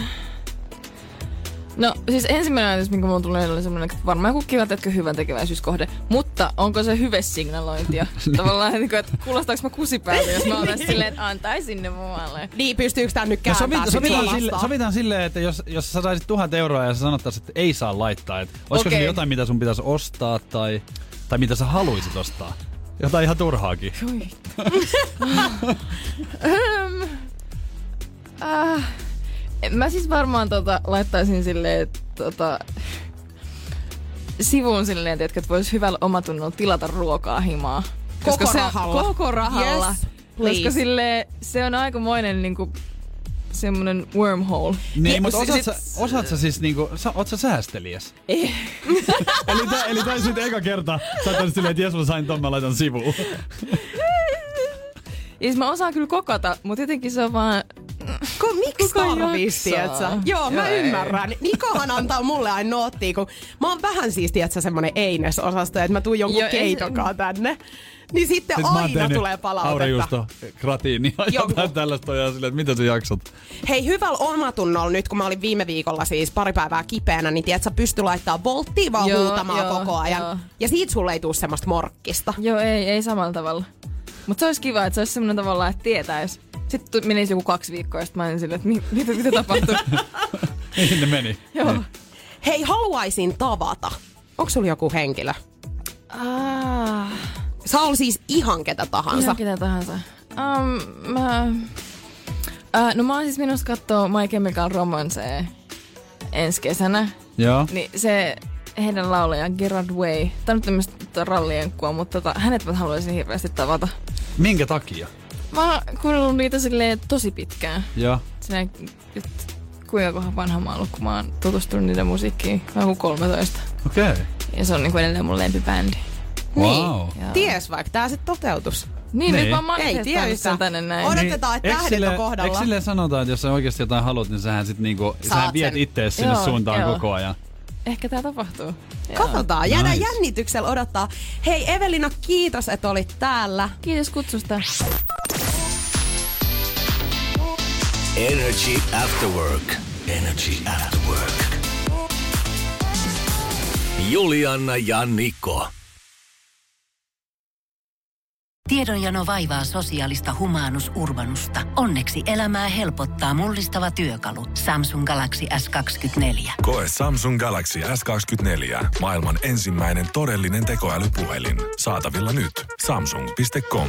S6: No siis ensimmäinen ajatus, minkä mulla tulee, oli semmoinen, että varmaan joku kiva, teetkö hyvän tekeväisyyskohde. Mutta onko se hyvesignalointia? Tavallaan, niin kuin, että kuulostaako mä kusipäälle, jos mä olen silleen, että antaisin ne muualle.
S2: Niin, pystyykö tää nyt
S3: No
S2: kääntämään?
S3: sovi,
S2: sit
S3: sovitaan,
S2: suorastaan?
S3: sille, sovitaan silleen, että jos, jos sä saisit tuhat euroa ja sä sanottaisiin, että ei saa laittaa, että olisiko okay.
S6: Okei.
S3: sulla jotain, mitä sun pitäisi ostaa tai, tai mitä sä haluisit ostaa? Jotain ihan turhaakin.
S6: Ui. Öm, äh, mä siis varmaan tota, laittaisin silleen tota, sivuun silleen, tiedätkö, että vois hyvällä omatunnolla tilata ruokaa himaa.
S2: Koko
S6: se,
S2: rahalla.
S6: Koko rahalla.
S2: Yes,
S6: koska
S2: please.
S6: sille se on aikamoinen niinku, semmonen wormhole.
S3: Niin,
S2: siis
S3: mutta
S6: Sit-
S3: osaat,
S6: eh,
S3: sä,
S6: sit-
S3: osaat sä siis niinku, sä, oot sä säästeliäs? Ei. eli tää, eli tää sitten eka kerta, sä oot silleen, että jes mä sain ton, mä laitan sivuun.
S6: Siis mä osaan kyllä kokata, mutta jotenkin se on vaan...
S2: Ko, miksi
S6: Kuka
S2: tarvis,
S6: jaksaa?
S2: tietsä? Joo, mä
S6: Joo, ei.
S2: ymmärrän. Nikohan antaa mulle aina noottia, kun mä oon vähän siis, tietsä, semmonen eines-osasto, että mä tuun jonkun
S6: Joo,
S2: Joo,
S6: ei se-
S2: keitokaa tänne. Niin sitten
S3: Sit mä oon
S2: aina
S3: tehnyt
S2: tulee palautetta.
S3: Aurajuusto kratiini ja
S2: Joku.
S3: jotain tällaista ja silleen, että miten sä jaksat?
S2: Hei, hyvällä omatunnolla nyt, kun mä olin viime viikolla siis pari päivää kipeänä, niin tiedät, sä pysty laittaa volttiin vaan
S6: Joo,
S2: huutamaan
S6: joo,
S2: koko ajan.
S6: joo.
S2: Ja siitä sulle ei tuu semmoista morkkista.
S6: Joo, ei, ei samalla tavalla. Mutta se olisi kiva, että se olisi semmoinen tavalla, että tietäis. Sitten tu- menisi joku kaksi viikkoa, ja sitten mä olin silleen, että mi- mitä, mitä tapahtuu.
S3: Niin ne meni.
S6: Joo.
S3: Niin.
S2: Hei, haluaisin tavata. Onko sulla joku henkilö?
S6: Ah,
S2: Saa olla siis ihan ketä tahansa.
S6: ihan ketä tahansa. Um, mä... Uh, no mä oon siis menossa kattoo My Chemical Romance ensi kesänä.
S3: Joo.
S6: Niin se heidän laulaja Gerard Way. Tämä on nyt tämmöistä rallienkua, mutta tota, hänet mä haluaisin hirveästi tavata.
S3: Minkä takia?
S6: Mä oon kuunnellut niitä silleen tosi pitkään.
S3: Joo.
S6: Sinä, nyt, kuinka kohan vanha mä oon ollut, kun mä oon tutustunut niiden musiikkiin. Mä oon joku 13.
S3: Okei. Okay.
S6: Ja se on niinku edelleen mun lempibändi.
S3: Wow.
S6: Niin. Joo.
S2: Ties vaikka tää sit toteutus.
S6: Niin,
S3: Niin.
S6: nyt mä oon
S2: Ei
S6: manifestoinut
S2: tiedä
S6: sen
S2: yhtään.
S6: tänne näin.
S2: Odot- Odotetaan, että
S3: Eikö
S2: tähdet
S3: sille-
S2: on kohdalla.
S3: Eikö silleen sanotaan, että jos sä oikeasti jotain haluat, niin sähän sit niinku, sähän
S2: Saat
S3: viet
S2: sen.
S3: ittees sinne
S6: Joo,
S3: suuntaan
S6: joo.
S3: koko ajan.
S6: Ehkä tää tapahtuu. Joo.
S2: Katsotaan, jäädään
S3: Nice.
S2: jännityksellä odottaa. Hei Evelina, kiitos, että olit täällä.
S6: Kiitos kutsusta.
S1: Energy After Work. Energy After Work. Julianna ja Niko.
S8: Tiedonjano vaivaa sosiaalista humanus urbanusta. Onneksi elämää helpottaa mullistava työkalu. Samsung Galaxy S24.
S9: Koe Samsung Galaxy S24. Maailman ensimmäinen todellinen tekoälypuhelin. Saatavilla nyt. Samsung.com.